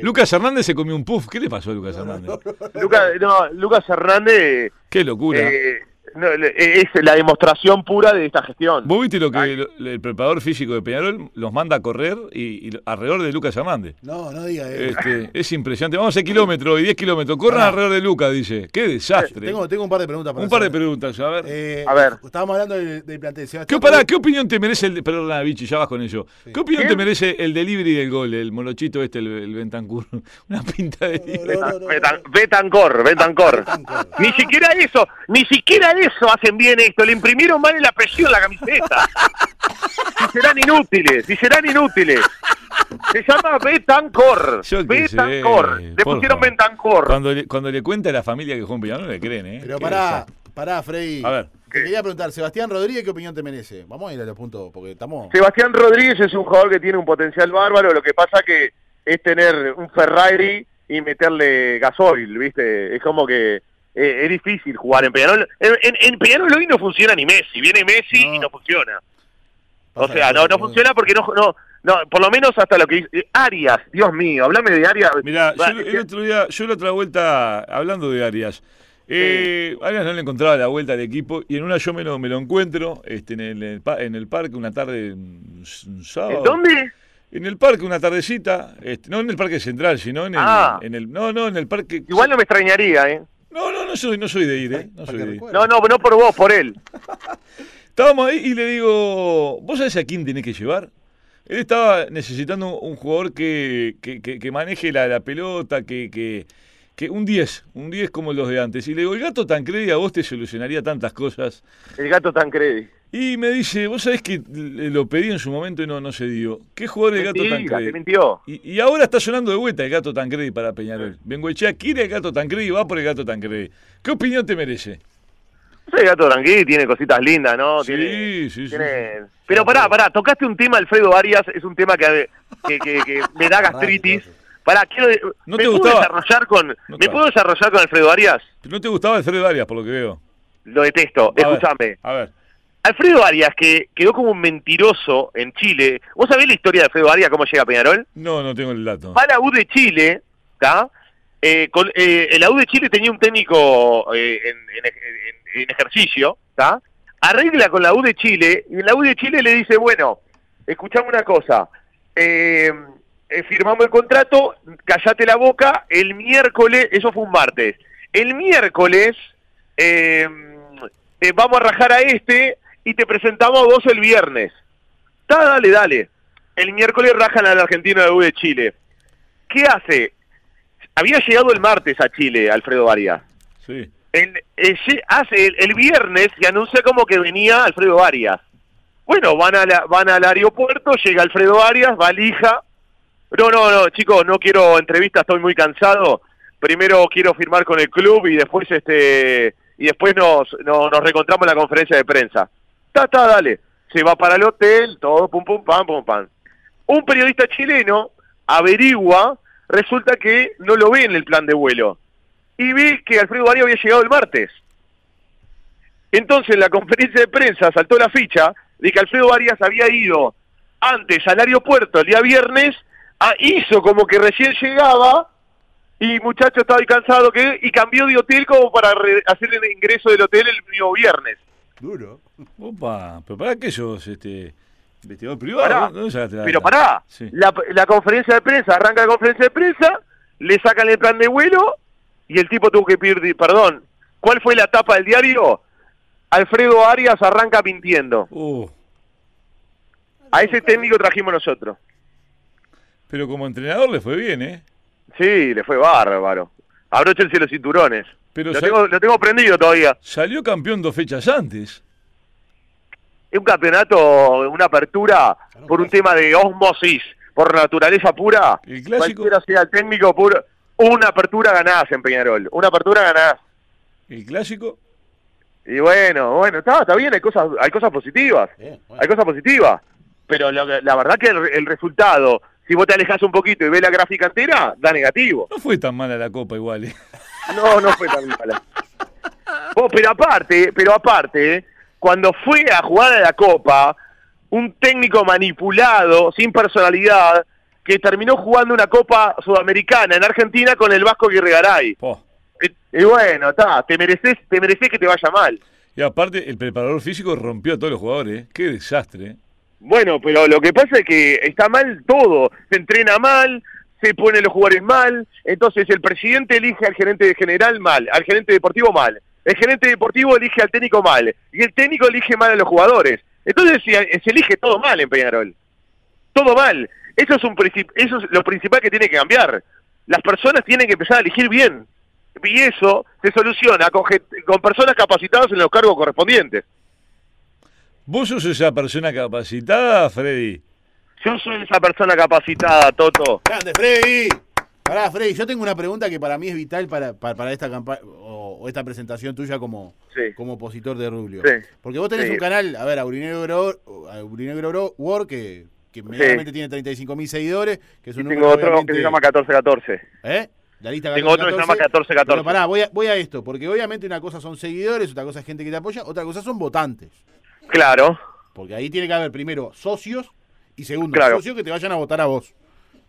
[SPEAKER 1] Lucas Hernández se comió un puff. ¿Qué le pasó a Lucas Hernández?
[SPEAKER 3] Lucas, no, Lucas Hernández
[SPEAKER 1] Qué locura.
[SPEAKER 3] eh, no, le- eh, es la demostración pura de esta gestión.
[SPEAKER 1] ¿Vos viste lo que
[SPEAKER 3] Ay.
[SPEAKER 1] lo- el preparador físico de Peñarol los manda a correr y, y alrededor de Lucas Hernández?
[SPEAKER 2] No, no diga eso.
[SPEAKER 1] Este, es impresionante. Vamos a hacer kilómetros y 10 kilómetros. Corran
[SPEAKER 3] Ah.
[SPEAKER 2] Pará.
[SPEAKER 1] alrededor de Lucas, dice. ¡Qué desastre!
[SPEAKER 2] Tengo, tengo un par de preguntas para
[SPEAKER 1] Un par de
[SPEAKER 2] hacer.
[SPEAKER 1] preguntas, a ver.
[SPEAKER 2] Eh,
[SPEAKER 3] A ver.
[SPEAKER 2] Estábamos hablando del, del plantel.
[SPEAKER 1] ¿Qué,
[SPEAKER 2] Sebastián
[SPEAKER 1] pará,
[SPEAKER 2] Rubio-
[SPEAKER 1] ¿Qué opinión te merece el. de- Perdona, Vichy, ya vas con ello. ¿Qué opinión
[SPEAKER 3] ¿Quién?
[SPEAKER 1] te merece el delivery del gol, el molochito este, el, el Bentancur? Una pinta de.
[SPEAKER 2] No, no, no, Ah,
[SPEAKER 3] Betan- Betancor, Betancor.
[SPEAKER 2] Betancor.
[SPEAKER 3] Ni siquiera eso, ni siquiera eso hacen bien esto. Le imprimieron mal el apellido a la camiseta. Si serán inútiles, si serán inútiles. Se llama Betancor.
[SPEAKER 1] Yo qué sé,
[SPEAKER 3] Betancor. Le
[SPEAKER 1] por
[SPEAKER 3] pusieron
[SPEAKER 1] favor.
[SPEAKER 3] Betancor.
[SPEAKER 1] Cuando le, cuando le cuenta a la familia que Juan Peñarol no le creen, ¿eh?
[SPEAKER 2] Pero
[SPEAKER 1] Qué
[SPEAKER 2] pará,
[SPEAKER 1] desastre.
[SPEAKER 2] pará, Freddy.
[SPEAKER 1] A ver.
[SPEAKER 2] Te quería preguntar, Sebastián Rodríguez, ¿qué opinión te merece? Vamos a ir a los puntos, porque estamos.
[SPEAKER 3] Sebastián Rodríguez es un jugador que tiene un potencial bárbaro. Lo que pasa que es tener un Ferrari y meterle gasoil, ¿viste? Es como que eh, es difícil jugar en Peñarol. En, en- en Peñarol hoy no funciona ni Messi. Viene Messi
[SPEAKER 2] No.
[SPEAKER 3] y no funciona. O
[SPEAKER 2] Pasa
[SPEAKER 3] sea,
[SPEAKER 2] que-
[SPEAKER 3] no, no funciona porque no, no, no, por lo menos hasta lo que dice eh, Arias, Dios mío, háblame de Arias.
[SPEAKER 1] Mirá,
[SPEAKER 3] Va, eh,
[SPEAKER 1] yo el otro día, yo la otra vuelta, hablando de Arias, eh, Arias no le encontraba la vuelta al equipo y en una yo me lo, me lo encuentro este, en, el, en el pa- en el parque una tarde, un s- un sábado.
[SPEAKER 3] ¿En ¿Dónde?
[SPEAKER 1] En el parque una tardecita, este, no en el parque central, sino en el,
[SPEAKER 3] Ah.
[SPEAKER 1] en el no, no, en el parque.
[SPEAKER 3] Igual no me extrañaría, ¿eh?
[SPEAKER 1] No, no, no soy, no soy de ir, eh. No soy
[SPEAKER 2] Parque
[SPEAKER 1] de ir.
[SPEAKER 2] Recuerdo.
[SPEAKER 3] No, no, no por vos, por él.
[SPEAKER 1] Estábamos ahí y le digo, ¿vos sabés a quién tenés que llevar? Él estaba necesitando un jugador que, que- que- que maneje la, la pelota, que, que, que un 10, un 10 como los de antes. Y le digo, el gato tan a vos te solucionaría tantas cosas.
[SPEAKER 3] El gato Tancredi.
[SPEAKER 1] Y me dice, vos sabés que le- lo pedí en su momento y no, no se dio. ¿Qué jugador el gato
[SPEAKER 3] Mentira,
[SPEAKER 1] tan
[SPEAKER 3] te mintió.
[SPEAKER 1] y, y ahora está sonando de vuelta el gato Tancredi para Peñarol. Bengoechea quiere el gato Tancredi y va por el gato Tancredi. ¿Qué opinión te merece?
[SPEAKER 3] El gato Tancredi tiene cositas lindas, ¿no?
[SPEAKER 1] Sí,
[SPEAKER 3] Tiene-
[SPEAKER 1] sí, sí,
[SPEAKER 3] tiene- Pero pará, pará, tocaste un tema, Alfredo Arias, es un tema que, que, que- que me da gastritis. Pará, quiero,
[SPEAKER 1] ¿No
[SPEAKER 3] ¿me
[SPEAKER 1] te
[SPEAKER 3] puedo
[SPEAKER 1] gustaba?
[SPEAKER 3] desarrollar con,
[SPEAKER 1] No
[SPEAKER 3] ¿me
[SPEAKER 1] estaba.
[SPEAKER 3] puedo desarrollar con Alfredo Arias?
[SPEAKER 1] ¿No te gustaba Alfredo Arias, por lo que veo?
[SPEAKER 3] Lo detesto,
[SPEAKER 1] A ver,
[SPEAKER 3] escúchame.
[SPEAKER 1] A ver.
[SPEAKER 3] Alfredo Arias, que quedó como un mentiroso en Chile. ¿Vos sabés la historia de Alfredo Arias, cómo llega a Peñarol?
[SPEAKER 1] No, no tengo el dato.
[SPEAKER 3] Va a la U de Chile, ¿está? Eh, con, eh, en la U de Chile tenía un técnico eh, en, en ej- en- en ejercicio, ¿está? Arregla con la U de Chile, y en la U de Chile le dice, bueno, escuchame una cosa, eh, eh, firmamos el contrato, callate la boca, el miércoles, eso fue un martes, el miércoles eh, eh, vamos a rajar a este y te presentamos a vos el viernes. Ta, dale, dale. El miércoles rajan al argentino de U de Chile. ¿Qué hace? Había llegado el martes a Chile, Alfredo Arias.
[SPEAKER 1] Sí.
[SPEAKER 3] El, eh, lle- hace el, el viernes y anuncia como que venía Alfredo Arias. Bueno, van, a la- van al aeropuerto, llega Alfredo Arias, valija. No, no, no, chicos, no quiero entrevistas, estoy muy cansado. Primero quiero firmar con el club y después este y después nos, no- nos reencontramos en la conferencia de prensa. Ta, ta, dale. Se va para el hotel, todo, pum, pum, pam, pum, pam. Un periodista chileno averigua, resulta que no lo ve en el plan de vuelo y vi que Alfredo Barrio había llegado el martes. Entonces en la conferencia de prensa saltó la ficha de que Alfredo Arias había ido antes al aeropuerto el día viernes, a- hizo como que recién llegaba y muchacho estaba ahí cansado que, y cambió de hotel como para re- hacer el ingreso del hotel el mismo viernes.
[SPEAKER 2] Duro.
[SPEAKER 1] Opa, pero para qué sos este investigador privado?
[SPEAKER 3] Pará,
[SPEAKER 1] ¿Dónde sacaste la
[SPEAKER 3] Pero
[SPEAKER 1] data?
[SPEAKER 3] pará,
[SPEAKER 1] Sí.
[SPEAKER 3] la, la conferencia de prensa, arranca la conferencia de prensa, le sacan el plan de vuelo y el tipo tuvo que pedir perdón. ¿Cuál fue la tapa del diario? Alfredo Arias arranca mintiendo.
[SPEAKER 1] Uh,
[SPEAKER 3] A ese técnico trajimos nosotros.
[SPEAKER 1] pero como entrenador le fue bien, ¿eh?
[SPEAKER 3] Sí, le fue bárbaro. Abróchense los cinturones.
[SPEAKER 1] Pero
[SPEAKER 3] lo,
[SPEAKER 1] sa-
[SPEAKER 3] tengo, lo tengo prendido todavía.
[SPEAKER 1] salió campeón dos fechas antes.
[SPEAKER 3] Es un campeonato, una apertura por un tema de osmosis, por naturaleza pura.
[SPEAKER 1] El clásico-
[SPEAKER 3] Cualquiera sea el técnico puro. Una apertura ganás en Peñarol. Una apertura ganás.
[SPEAKER 1] El clásico.
[SPEAKER 3] Y bueno, bueno, está, está bien, hay cosas, hay cosas positivas.
[SPEAKER 2] Bien, bueno.
[SPEAKER 3] Hay cosas positivas. Pero lo que- la verdad que el, el resultado, si vos te alejas un poquito y ves la gráfica entera, da negativo.
[SPEAKER 1] No fue tan mala la copa igual, ¿eh?
[SPEAKER 3] No, no fue tan mala. Oh, pero aparte, pero aparte, cuando fue a jugar a la Copa, un técnico manipulado, sin personalidad, que terminó jugando una Copa Sudamericana en Argentina con el Vasco Guirregaray.
[SPEAKER 1] Po.
[SPEAKER 3] Y, y bueno, está, te mereces, te mereces que te vaya mal.
[SPEAKER 1] Y aparte, el preparador físico rompió a todos los jugadores. ¿eh? Qué desastre. ¿eh?
[SPEAKER 3] Bueno, pero lo que pasa es que está mal todo. Se entrena mal, se pone los jugadores mal. Entonces el presidente elige al gerente general mal, al gerente deportivo mal. El gerente deportivo elige al técnico mal. Y el técnico elige mal a los jugadores. Entonces se, se elige todo mal en Peñarol. Todo mal. Eso es, un princip- eso es lo principal que tiene que cambiar. Las personas tienen que empezar a elegir bien. Y eso se soluciona con, gen- con personas capacitadas en los cargos correspondientes.
[SPEAKER 1] Vos sos esa persona capacitada, Freddy.
[SPEAKER 3] Yo soy esa persona capacitada, Toto.
[SPEAKER 2] ¡Grande, Freddy! Pará, Freddy, yo tengo una pregunta que para mí es vital para, para, para esta campaña o, o esta presentación tuya como,
[SPEAKER 3] Sí.
[SPEAKER 2] como opositor de Rubio.
[SPEAKER 3] Sí.
[SPEAKER 2] Porque vos tenés
[SPEAKER 3] Sí.
[SPEAKER 2] un canal, a ver, Aurinegro Bro- Aurinegro Bro- World, que, que medianamente tiene 35.000 seguidores, que es un número
[SPEAKER 3] Tengo otro que se
[SPEAKER 2] obviamente-
[SPEAKER 3] llama 1414.
[SPEAKER 2] ¿Eh? La lista
[SPEAKER 3] Tengo otro que se llama 14-14.
[SPEAKER 2] Pero pará, voy a, voy a esto, porque obviamente una cosa son seguidores, otra cosa es gente que te apoya, otra cosa son votantes.
[SPEAKER 3] Claro,
[SPEAKER 2] Porque ahí tiene que haber primero socios y segundo,
[SPEAKER 3] Claro.
[SPEAKER 2] socios que te vayan a votar a vos.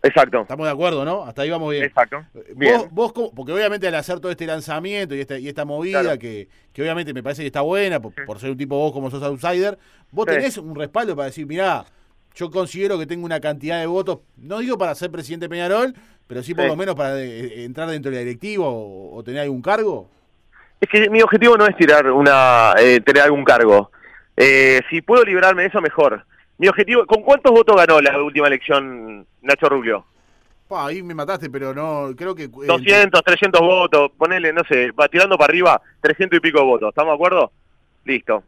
[SPEAKER 3] exacto.
[SPEAKER 2] Estamos de acuerdo, ¿no? Hasta ahí vamos bien.
[SPEAKER 3] Exacto.
[SPEAKER 2] Eh,
[SPEAKER 3] Bien.
[SPEAKER 2] Vos, vos cómo- porque obviamente al hacer todo este lanzamiento y esta, y esta movida,
[SPEAKER 3] Claro.
[SPEAKER 2] que, que obviamente me parece que está buena, por, por ser un tipo vos como sos outsider, vos
[SPEAKER 3] Sí.
[SPEAKER 2] tenés un respaldo para decir, mirá, yo considero que tengo una cantidad de votos, no digo para ser presidente de Peñarol, pero sí por
[SPEAKER 3] Sí.
[SPEAKER 2] lo menos para eh, entrar dentro de la directiva o, o tener algún cargo.
[SPEAKER 3] Es que mi objetivo no es tirar una, eh, tener algún cargo. Eh, si puedo liberarme de eso, mejor. Mi objetivo, ¿con cuántos votos ganó la última elección Nacho Rubio?
[SPEAKER 2] Pa, ahí me mataste, pero no, creo que... eh,
[SPEAKER 3] 200, 300 votos, ponele, no sé, va tirando para arriba, 300 y pico de votos, ¿estamos de acuerdo? Listo.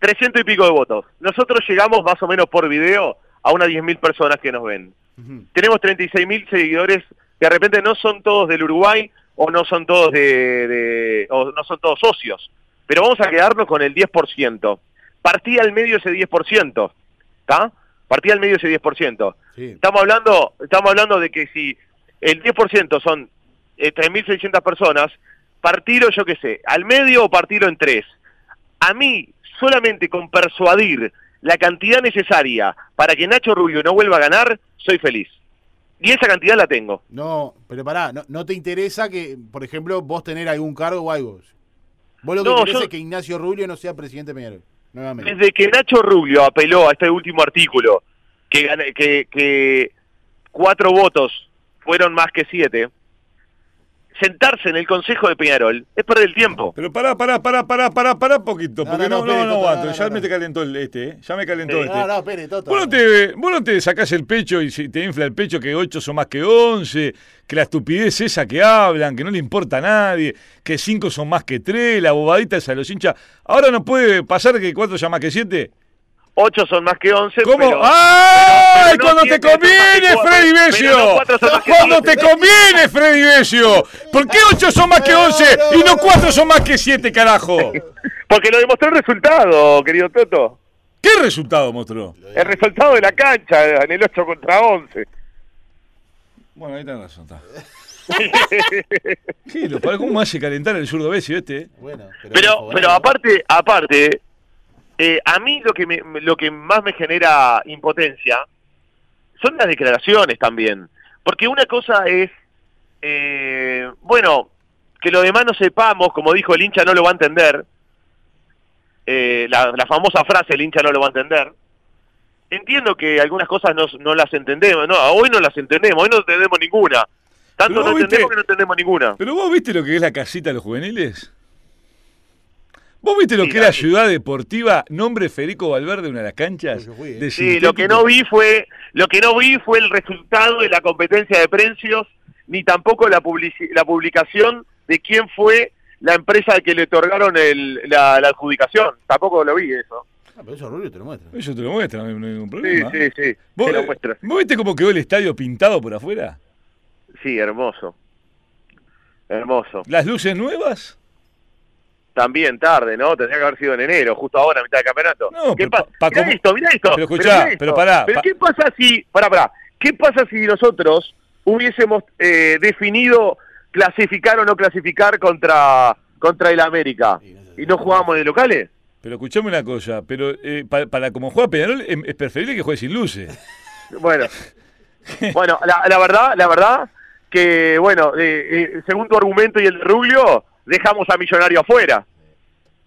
[SPEAKER 3] 300 y pico de votos. Nosotros llegamos más o menos por video a unas 10.000 personas que nos ven.
[SPEAKER 2] Ujú.
[SPEAKER 3] tenemos 36.000 seguidores que de repente no son todos del Uruguay o no son todos de, de- o no son todos socios, pero vamos a quedarnos con el 10%. Partí al medio ese 10%, ¿está? Partí al medio ese 10%.
[SPEAKER 2] Sí.
[SPEAKER 3] Estamos hablando, estamos hablando de que si el 10% son eh, 3.600 personas, partilo, yo qué sé, al medio o partilo en tres. A mí, solamente con persuadir la cantidad necesaria para que Nacho Rubio no vuelva a ganar, soy feliz. Y esa cantidad la tengo.
[SPEAKER 2] No, pero pará, no, no te interesa que, por ejemplo, vos tener algún cargo o algo. Vos lo que
[SPEAKER 3] No,
[SPEAKER 2] te interesa
[SPEAKER 3] yo-
[SPEAKER 2] es que Ignacio Rubio no sea presidente de Peñarol, nuevamente.
[SPEAKER 3] Desde que Nacho Rubio apeló a este último artículo, que, gane- que, que cuatro votos fueron más que siete, sentarse en el Consejo de Peñarol es perder el tiempo.
[SPEAKER 1] Pero pará, pará, pará, pará, pará, pará poquito.
[SPEAKER 2] No,
[SPEAKER 1] Porque no, no,
[SPEAKER 2] no, no, Freddy,
[SPEAKER 1] no,
[SPEAKER 2] Toto,
[SPEAKER 1] aguanto.
[SPEAKER 2] no, no,
[SPEAKER 1] ya
[SPEAKER 2] no.
[SPEAKER 1] me calentó el este, ¿eh? Ya me calentó
[SPEAKER 3] Sí.
[SPEAKER 1] este.
[SPEAKER 2] No, no, espere, Toto.
[SPEAKER 1] Vos no, te, vos no te sacás el pecho y si te infla el pecho que 8 son más que 11, que la estupidez esa que hablan, que no le importa a nadie, que 5 son más que 3, la bobadita esa de los hinchas. Ahora no puede pasar que 4 sea más que 7.
[SPEAKER 3] Ocho son más que once.
[SPEAKER 1] ¿Cómo? Ah.
[SPEAKER 3] pero-
[SPEAKER 1] ¡Ay!
[SPEAKER 3] pero no
[SPEAKER 1] cuando te
[SPEAKER 3] siete son más
[SPEAKER 1] conviene,
[SPEAKER 3] que cuatro,
[SPEAKER 1] Freddy
[SPEAKER 3] pero no
[SPEAKER 1] Besio.
[SPEAKER 3] cuatro son más que
[SPEAKER 1] Cuando
[SPEAKER 3] siete.
[SPEAKER 1] te conviene, Freddy Besio. ¿Por qué 8 son más que 11 y no 4 son más que 7, carajo?
[SPEAKER 3] Porque lo demostró el resultado, querido Toto.
[SPEAKER 1] ¿Qué resultado mostró?
[SPEAKER 3] El resultado de la cancha en el 8 contra 11.
[SPEAKER 1] Bueno, ahí tenés razón. está. ¿Qué? Lo, ¿Cómo me hace calentar el zurdo Besio este? eh?
[SPEAKER 2] Bueno, pero,
[SPEAKER 3] Pero,
[SPEAKER 2] ojo,
[SPEAKER 3] pero
[SPEAKER 2] eh.
[SPEAKER 3] aparte, aparte, eh, a mí lo que, me- lo que más me genera impotencia son las declaraciones también. Porque una cosa es, eh, bueno, que lo demás no sepamos, como dijo el hincha no lo va a entender, eh, la, la famosa frase el hincha no lo va a entender. Entiendo que algunas cosas no, no las entendemos, no, hoy no las entendemos, hoy no entendemos ninguna. Está, Tanto
[SPEAKER 1] Pero
[SPEAKER 3] no
[SPEAKER 1] vos viste-
[SPEAKER 3] entendemos que no entendemos ninguna.
[SPEAKER 1] Pero vos viste lo que es la casita de los juveniles. ¿Vos viste lo
[SPEAKER 3] Sí,
[SPEAKER 1] que era
[SPEAKER 3] la-
[SPEAKER 1] Ciudad Deportiva, nombre Federico Valverde, una de las canchas?
[SPEAKER 2] Pues yo jugué.
[SPEAKER 1] de
[SPEAKER 3] Sí, lo
[SPEAKER 1] sintético?
[SPEAKER 3] que no vi fue lo que no vi fue el resultado de la competencia de precios ni tampoco la publici- la publicación de quién fue la empresa al que le otorgaron el- la, la adjudicación. Tampoco lo vi eso.
[SPEAKER 2] Ah, pero eso Rubio te lo muestra.
[SPEAKER 1] Eso te lo muestra, no hay ningún
[SPEAKER 3] Sí,
[SPEAKER 1] problema.
[SPEAKER 3] sí, sí.
[SPEAKER 1] ¿Vos, eh,
[SPEAKER 3] Te lo muestro.
[SPEAKER 1] ¿Vos viste cómo quedó el estadio pintado por afuera?
[SPEAKER 3] Sí, hermoso. Hermoso.
[SPEAKER 1] ¿Las luces nuevas?
[SPEAKER 3] También tarde, ¿no? Tendría que haber sido en enero, justo ahora, a mitad de campeonato.
[SPEAKER 1] No,
[SPEAKER 3] ¿Qué
[SPEAKER 1] pero pa-
[SPEAKER 3] pasa?
[SPEAKER 1] pa-
[SPEAKER 3] mirá
[SPEAKER 1] ¿cómo?
[SPEAKER 3] esto, mirá esto.
[SPEAKER 1] Pero escuchá,
[SPEAKER 3] mirá esto.
[SPEAKER 1] pero pará,
[SPEAKER 3] ¿Pero
[SPEAKER 1] pa-
[SPEAKER 3] qué pasa si, pará, pará, qué pasa si nosotros hubiésemos eh, definido clasificar o no clasificar contra, contra el América?
[SPEAKER 2] Y no sé.
[SPEAKER 3] ¿Y no jugábamos de locales?
[SPEAKER 1] Pero escuchame una cosa, pero eh, pa- para, como juega Peñarol em- es preferible que juegue sin luces.
[SPEAKER 3] Bueno, bueno la, la verdad, la verdad que, bueno, eh, eh, según tu argumento y el de Rubio, dejamos a Millonario afuera.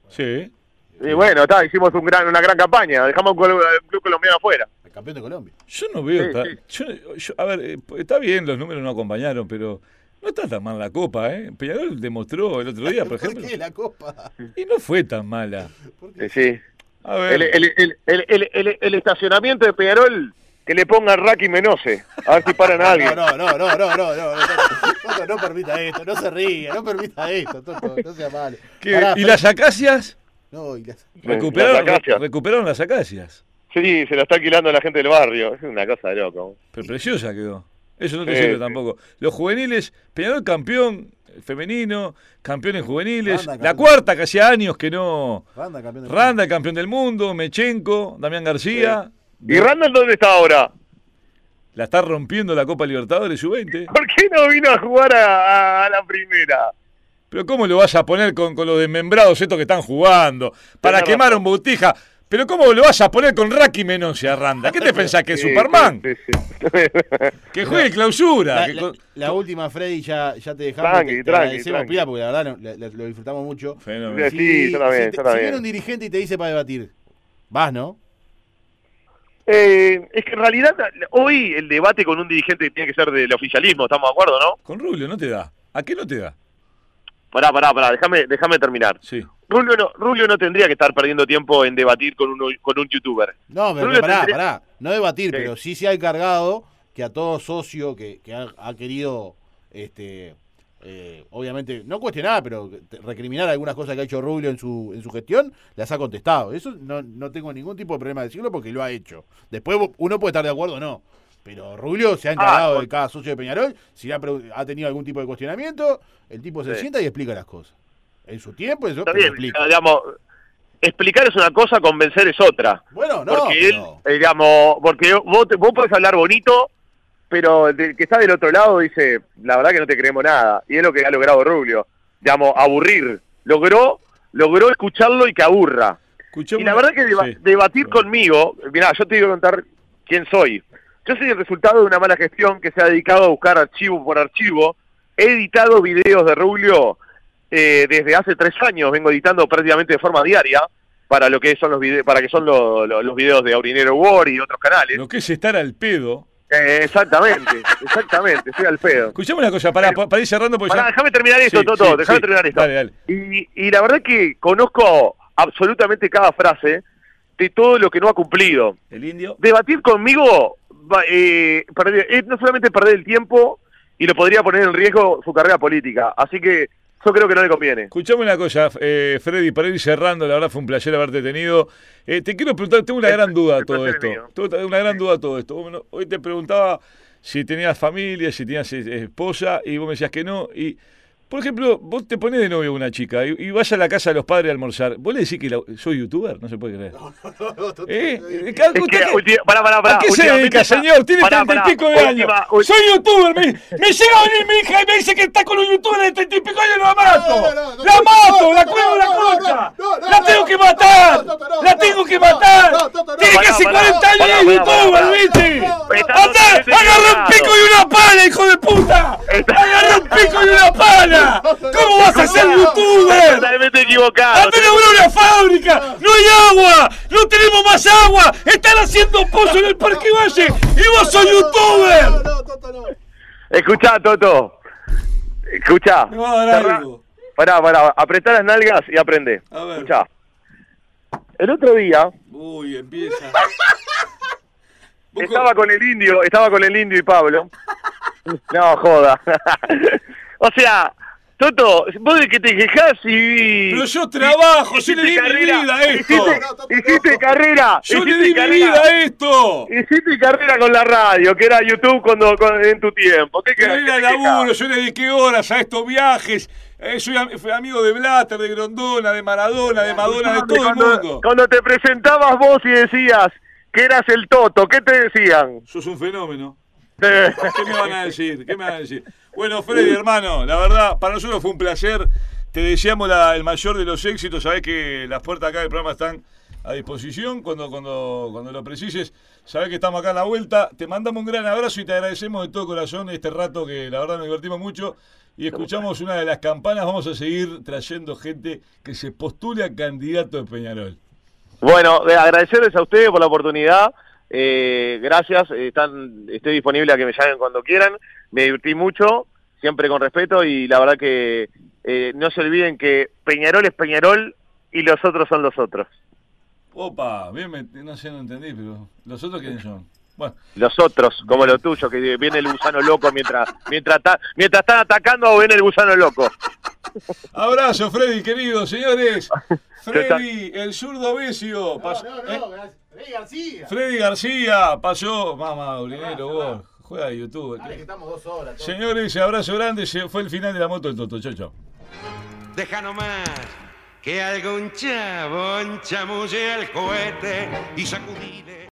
[SPEAKER 1] Sí.
[SPEAKER 3] Y bueno, está, hicimos un gran, una gran campaña, dejamos al club- al club colombiano afuera.
[SPEAKER 2] El campeón de Colombia.
[SPEAKER 1] Yo no veo...
[SPEAKER 3] Sí,
[SPEAKER 1] ta-
[SPEAKER 3] sí.
[SPEAKER 1] yo- yo- a ver, eh, está bien, los números no acompañaron, pero no está tan mal la copa, ¿eh? Peñarol demostró el otro día, por ejemplo,
[SPEAKER 2] ¿Por qué la copa?
[SPEAKER 1] y no fue tan mala.
[SPEAKER 2] ¿Por qué?
[SPEAKER 3] Eh, Sí.
[SPEAKER 1] A ver,
[SPEAKER 3] El, el- el- el- el- el- el estacionamiento de Peñarol, que le pongan Raki Menose. A ver si paran a
[SPEAKER 2] No,
[SPEAKER 3] alguien.
[SPEAKER 2] no, no, no, no, no, no, no, Toto, no permita esto, no se ría, no permita esto, Toto, no sea malo.
[SPEAKER 1] ¿qué?
[SPEAKER 2] Pará,
[SPEAKER 1] ¿y
[SPEAKER 2] Fer-
[SPEAKER 1] las acacias?
[SPEAKER 2] No, y las...
[SPEAKER 1] Recuperaron,
[SPEAKER 3] las acacias.
[SPEAKER 1] recuperaron las acacias.
[SPEAKER 3] Sí, se lo está alquilando a la gente del barrio. Es una cosa de loco.
[SPEAKER 1] Pero preciosa quedó. Eso no te
[SPEAKER 3] Sí,
[SPEAKER 1] sirve
[SPEAKER 3] sí.
[SPEAKER 1] tampoco. Los juveniles, Peñarol campeón eh, femenino, campeón en juveniles,
[SPEAKER 2] Randa,
[SPEAKER 1] la
[SPEAKER 2] campeón.
[SPEAKER 1] cuarta que hacía años que no...
[SPEAKER 2] Randa, campeón de
[SPEAKER 1] Randa, el campeón del mundo, Mechenko, Damián García.
[SPEAKER 3] ¿Y Randall dónde está ahora?
[SPEAKER 1] La está rompiendo la Copa Libertadores U20.
[SPEAKER 3] ¿Por qué no vino a jugar a, a- a la primera?
[SPEAKER 1] Pero ¿cómo lo vas a poner con, con los desmembrados estos que están jugando? Para
[SPEAKER 3] Tenés
[SPEAKER 1] quemar
[SPEAKER 3] razón.
[SPEAKER 1] un botija. Pero ¿cómo lo vas a poner con Raki Menoncia a Randa? ¿Qué te pensás que es
[SPEAKER 3] Sí,
[SPEAKER 1] Superman?
[SPEAKER 3] sí, sí.
[SPEAKER 1] Que juegue clausura.
[SPEAKER 2] La,
[SPEAKER 1] que
[SPEAKER 2] la-
[SPEAKER 1] con-
[SPEAKER 2] la última, Freddy, ya, ya te dejamos.
[SPEAKER 3] Tranqui,
[SPEAKER 2] te, te
[SPEAKER 3] tranqui,
[SPEAKER 2] agradecemos,
[SPEAKER 3] tranqui.
[SPEAKER 2] Pila, porque la verdad lo, lo- lo disfrutamos mucho.
[SPEAKER 1] Fenómeno.
[SPEAKER 3] Sí, yo también,
[SPEAKER 2] si te-
[SPEAKER 3] yo también.
[SPEAKER 2] si viene un dirigente y te dice para debatir, vas, ¿no?
[SPEAKER 3] Eh, es que en realidad hoy el debate con un dirigente tiene que ser del oficialismo, estamos de acuerdo, ¿no?
[SPEAKER 1] Con Rubio no te da. ¿A qué no te da?
[SPEAKER 3] Pará, pará, pará, déjame, déjame terminar.
[SPEAKER 1] Sí.
[SPEAKER 3] Rulio no, Rulio no tendría que estar perdiendo tiempo en debatir con, uno, con un youtuber.
[SPEAKER 2] No, pero,
[SPEAKER 3] Yo
[SPEAKER 2] pero
[SPEAKER 3] le
[SPEAKER 2] pará,
[SPEAKER 3] tendría-
[SPEAKER 2] pará. No debatir,
[SPEAKER 3] Sí.
[SPEAKER 2] pero sí se ha encargado que a todo socio que, que ha, ha querido, este, eh, obviamente, no cuestionar, pero te- recriminar algunas cosas que ha hecho Rubio en su, en su gestión, las ha contestado. Eso no, no tengo ningún tipo de problema de decirlo porque lo ha hecho. Después vo- uno puede estar de acuerdo o no. Pero Rubio se ha encargado
[SPEAKER 3] con-
[SPEAKER 2] de cada socio de Peñarol, si le ha, pregu- ha tenido algún tipo de cuestionamiento, el tipo se
[SPEAKER 3] Sí.
[SPEAKER 2] sienta y explica las cosas. En su tiempo, eso
[SPEAKER 3] Está
[SPEAKER 2] pero
[SPEAKER 3] bien,
[SPEAKER 2] explica.
[SPEAKER 3] digamos, explicar es una cosa, convencer es otra.
[SPEAKER 2] Bueno, no,
[SPEAKER 3] porque él,
[SPEAKER 2] pero-
[SPEAKER 3] eh, digamos, porque vos, te- vos podés hablar bonito, pero el del que está del otro lado dice, la verdad que no te creemos nada. Y es lo que ha logrado Rubio, digamos, aburrir. Logró, logró escucharlo y que aburra.
[SPEAKER 1] Escuchame
[SPEAKER 3] Y la
[SPEAKER 1] una-
[SPEAKER 3] verdad que deba-
[SPEAKER 1] sí.
[SPEAKER 3] debatir conmigo, mirá, yo te voy a contar quién soy. Yo soy el resultado de una mala gestión que se ha dedicado a buscar archivo por archivo. He editado videos de Rubio eh, desde hace tres años, vengo editando prácticamente de forma diaria para lo que son los videos, para que son lo- lo- los videos de Aurinero War y otros canales.
[SPEAKER 1] Lo que es estar al pedo.
[SPEAKER 3] Eh, exactamente, exactamente, estoy al pedo.
[SPEAKER 1] Escuchame una cosa, para, para ir cerrando. Porque
[SPEAKER 3] Pará,
[SPEAKER 1] ya-
[SPEAKER 3] déjame terminar esto,
[SPEAKER 1] Sí,
[SPEAKER 3] Toto,
[SPEAKER 1] sí,
[SPEAKER 3] déjame
[SPEAKER 1] sí.
[SPEAKER 3] terminar esto.
[SPEAKER 1] Dale, dale.
[SPEAKER 3] Y, y la verdad que conozco absolutamente cada frase de todo lo que no ha cumplido.
[SPEAKER 1] El indio.
[SPEAKER 3] Debatir conmigo va- eh, perder- es no solamente perder el tiempo y lo podría poner en riesgo su carrera política. Así que yo creo que no le conviene.
[SPEAKER 1] Escuchame una cosa, eh, Freddy, para ir cerrando, la verdad fue un placer haberte tenido. Eh, te quiero preguntar, tengo una
[SPEAKER 3] El-
[SPEAKER 1] gran duda a
[SPEAKER 3] el
[SPEAKER 1] todo
[SPEAKER 3] placer
[SPEAKER 1] esto.
[SPEAKER 3] es mío.
[SPEAKER 1] Tengo una gran duda a todo esto. Vos no- hoy te preguntaba si tenías familia, si tenías eh, esposa, y vos me decías que no. Y, por ejemplo, vos te pones de novio con una chica y, y vas a la casa de los padres a almorzar. ¿Vos le decís que la- soy youtuber? No se puede creer. ¿Eh? Eh, claro,
[SPEAKER 3] Es
[SPEAKER 1] usted
[SPEAKER 3] que,
[SPEAKER 1] que-
[SPEAKER 3] ulti- pará, pará, pará,
[SPEAKER 1] ¿A qué se
[SPEAKER 3] últimamente
[SPEAKER 1] dedica,
[SPEAKER 3] está-
[SPEAKER 1] señor? Tiene
[SPEAKER 3] pará,
[SPEAKER 1] treinta
[SPEAKER 3] pará,
[SPEAKER 1] y pico de años.
[SPEAKER 3] última- ul-
[SPEAKER 1] Soy youtuber. Me, me llega a venir mi hija y me dice que está con un youtuber de treinta y pico años y la mato.
[SPEAKER 2] No, no, no, no,
[SPEAKER 1] la
[SPEAKER 2] no,
[SPEAKER 1] mato,
[SPEAKER 2] no,
[SPEAKER 1] la
[SPEAKER 2] no,
[SPEAKER 1] cuelgo
[SPEAKER 2] no,
[SPEAKER 1] la
[SPEAKER 2] no,
[SPEAKER 1] concha.
[SPEAKER 2] no, no,
[SPEAKER 1] la
[SPEAKER 2] no,
[SPEAKER 1] tengo
[SPEAKER 2] no,
[SPEAKER 1] que
[SPEAKER 2] no,
[SPEAKER 1] matar.
[SPEAKER 2] no, no, no,
[SPEAKER 1] la
[SPEAKER 2] no,
[SPEAKER 1] tengo que
[SPEAKER 2] no,
[SPEAKER 1] matar.
[SPEAKER 2] no, no, no,
[SPEAKER 1] Tiene
[SPEAKER 3] pará,
[SPEAKER 1] casi
[SPEAKER 3] pará,
[SPEAKER 1] 40 años
[SPEAKER 3] pará,
[SPEAKER 1] de
[SPEAKER 3] pará, pará,
[SPEAKER 1] youtuber,
[SPEAKER 3] pará.
[SPEAKER 1] ¿viste?
[SPEAKER 2] No,
[SPEAKER 3] no, no,
[SPEAKER 1] Andá,
[SPEAKER 3] no, no,
[SPEAKER 1] agarrá un
[SPEAKER 3] no,
[SPEAKER 1] pico y una pala, hijo de puta.
[SPEAKER 3] Está-
[SPEAKER 1] Agarrá un pico y una pala. ¿Cómo vas a ser
[SPEAKER 2] No,
[SPEAKER 1] youtuber?
[SPEAKER 3] Totalmente equivocado.
[SPEAKER 1] ¡Andá a laburar una fábrica! ¡No hay agua! ¡No tenemos más agua! ¡Están haciendo pozo en el Parque Valle! ¡Y vos sos youtuber!
[SPEAKER 2] No, no, Toto, no.
[SPEAKER 3] Escuchá, Toto. Escucha.
[SPEAKER 1] Me va a dar algo.
[SPEAKER 3] Pará, pará, apretá las nalgas y aprende.
[SPEAKER 1] A ver.
[SPEAKER 3] Escuchá. El otro día
[SPEAKER 1] Uy, empieza. Vos
[SPEAKER 3] estaba con el indio, estaba con el indio y Pablo. No, joda. o sea, Toto, vos de que te quejás y...
[SPEAKER 1] Pero yo trabajo, yo le di mi vida a esto.
[SPEAKER 3] Hiciste, hiciste carrera.
[SPEAKER 1] Yo le
[SPEAKER 3] hiciste
[SPEAKER 1] di mi
[SPEAKER 3] carrera.
[SPEAKER 1] vida a esto.
[SPEAKER 3] Hiciste carrera con la radio, que era YouTube cuando, con- en tu tiempo. ¿Qué
[SPEAKER 1] Yo
[SPEAKER 3] querés
[SPEAKER 1] era
[SPEAKER 3] que te
[SPEAKER 1] laburo,
[SPEAKER 3] quejas?
[SPEAKER 1] yo le dediqué horas a estos viajes. Eh, soy am- fui amigo de Blatter, de Grondona, de Maradona, de Madonna, de todo el
[SPEAKER 3] cuando,
[SPEAKER 1] mundo.
[SPEAKER 3] cuando te presentabas vos y decías que eras el Toto, ¿qué te decían?
[SPEAKER 1] Sos un fenómeno.
[SPEAKER 3] Eh,
[SPEAKER 1] ¿Qué me van a decir? ¿Qué me van a decir? Bueno, Freddy, hermano, la verdad, para nosotros fue un placer. Te deseamos la- el mayor de los éxitos. Sabés que las puertas acá del programa están a disposición cuando, cuando, cuando lo precises. Sabés que estamos acá a la vuelta. Te mandamos un gran abrazo y te agradecemos de todo corazón este rato que la verdad nos divertimos mucho. Y escuchamos una de las campanas. Vamos a seguir trayendo gente que se postule a candidato de Peñarol.
[SPEAKER 3] Bueno, eh, agradecerles a ustedes por la oportunidad. Eh, gracias, eh, están, estoy disponible a que me llamen cuando quieran. Me divertí mucho, siempre con respeto y la verdad que eh, no se olviden que Peñarol es Peñarol y los otros son los otros.
[SPEAKER 1] Opa, bien, me- no sé, no entendí, pero ¿los otros quiénes son? Bueno.
[SPEAKER 3] Los otros, como lo tuyo, que viene el gusano loco mientras mientras, ta- mientras están atacando, viene el gusano loco.
[SPEAKER 1] Abrazo, Freddy, querido, señores. Freddy,
[SPEAKER 3] Freddy,
[SPEAKER 1] el zurdo Besio.
[SPEAKER 2] No, no, no, gracias. Rey García.
[SPEAKER 1] Freddy García pasó. Mamá, Ulinero, vos. Juega de YouTube.
[SPEAKER 2] Dale, que estamos dos horas. todo.
[SPEAKER 1] Señores, abrazo grande. Se fue el final de la moto del Toto. Chau, chau.
[SPEAKER 4] Deja nomás que algún chabón chamulle al cohete y sacudile.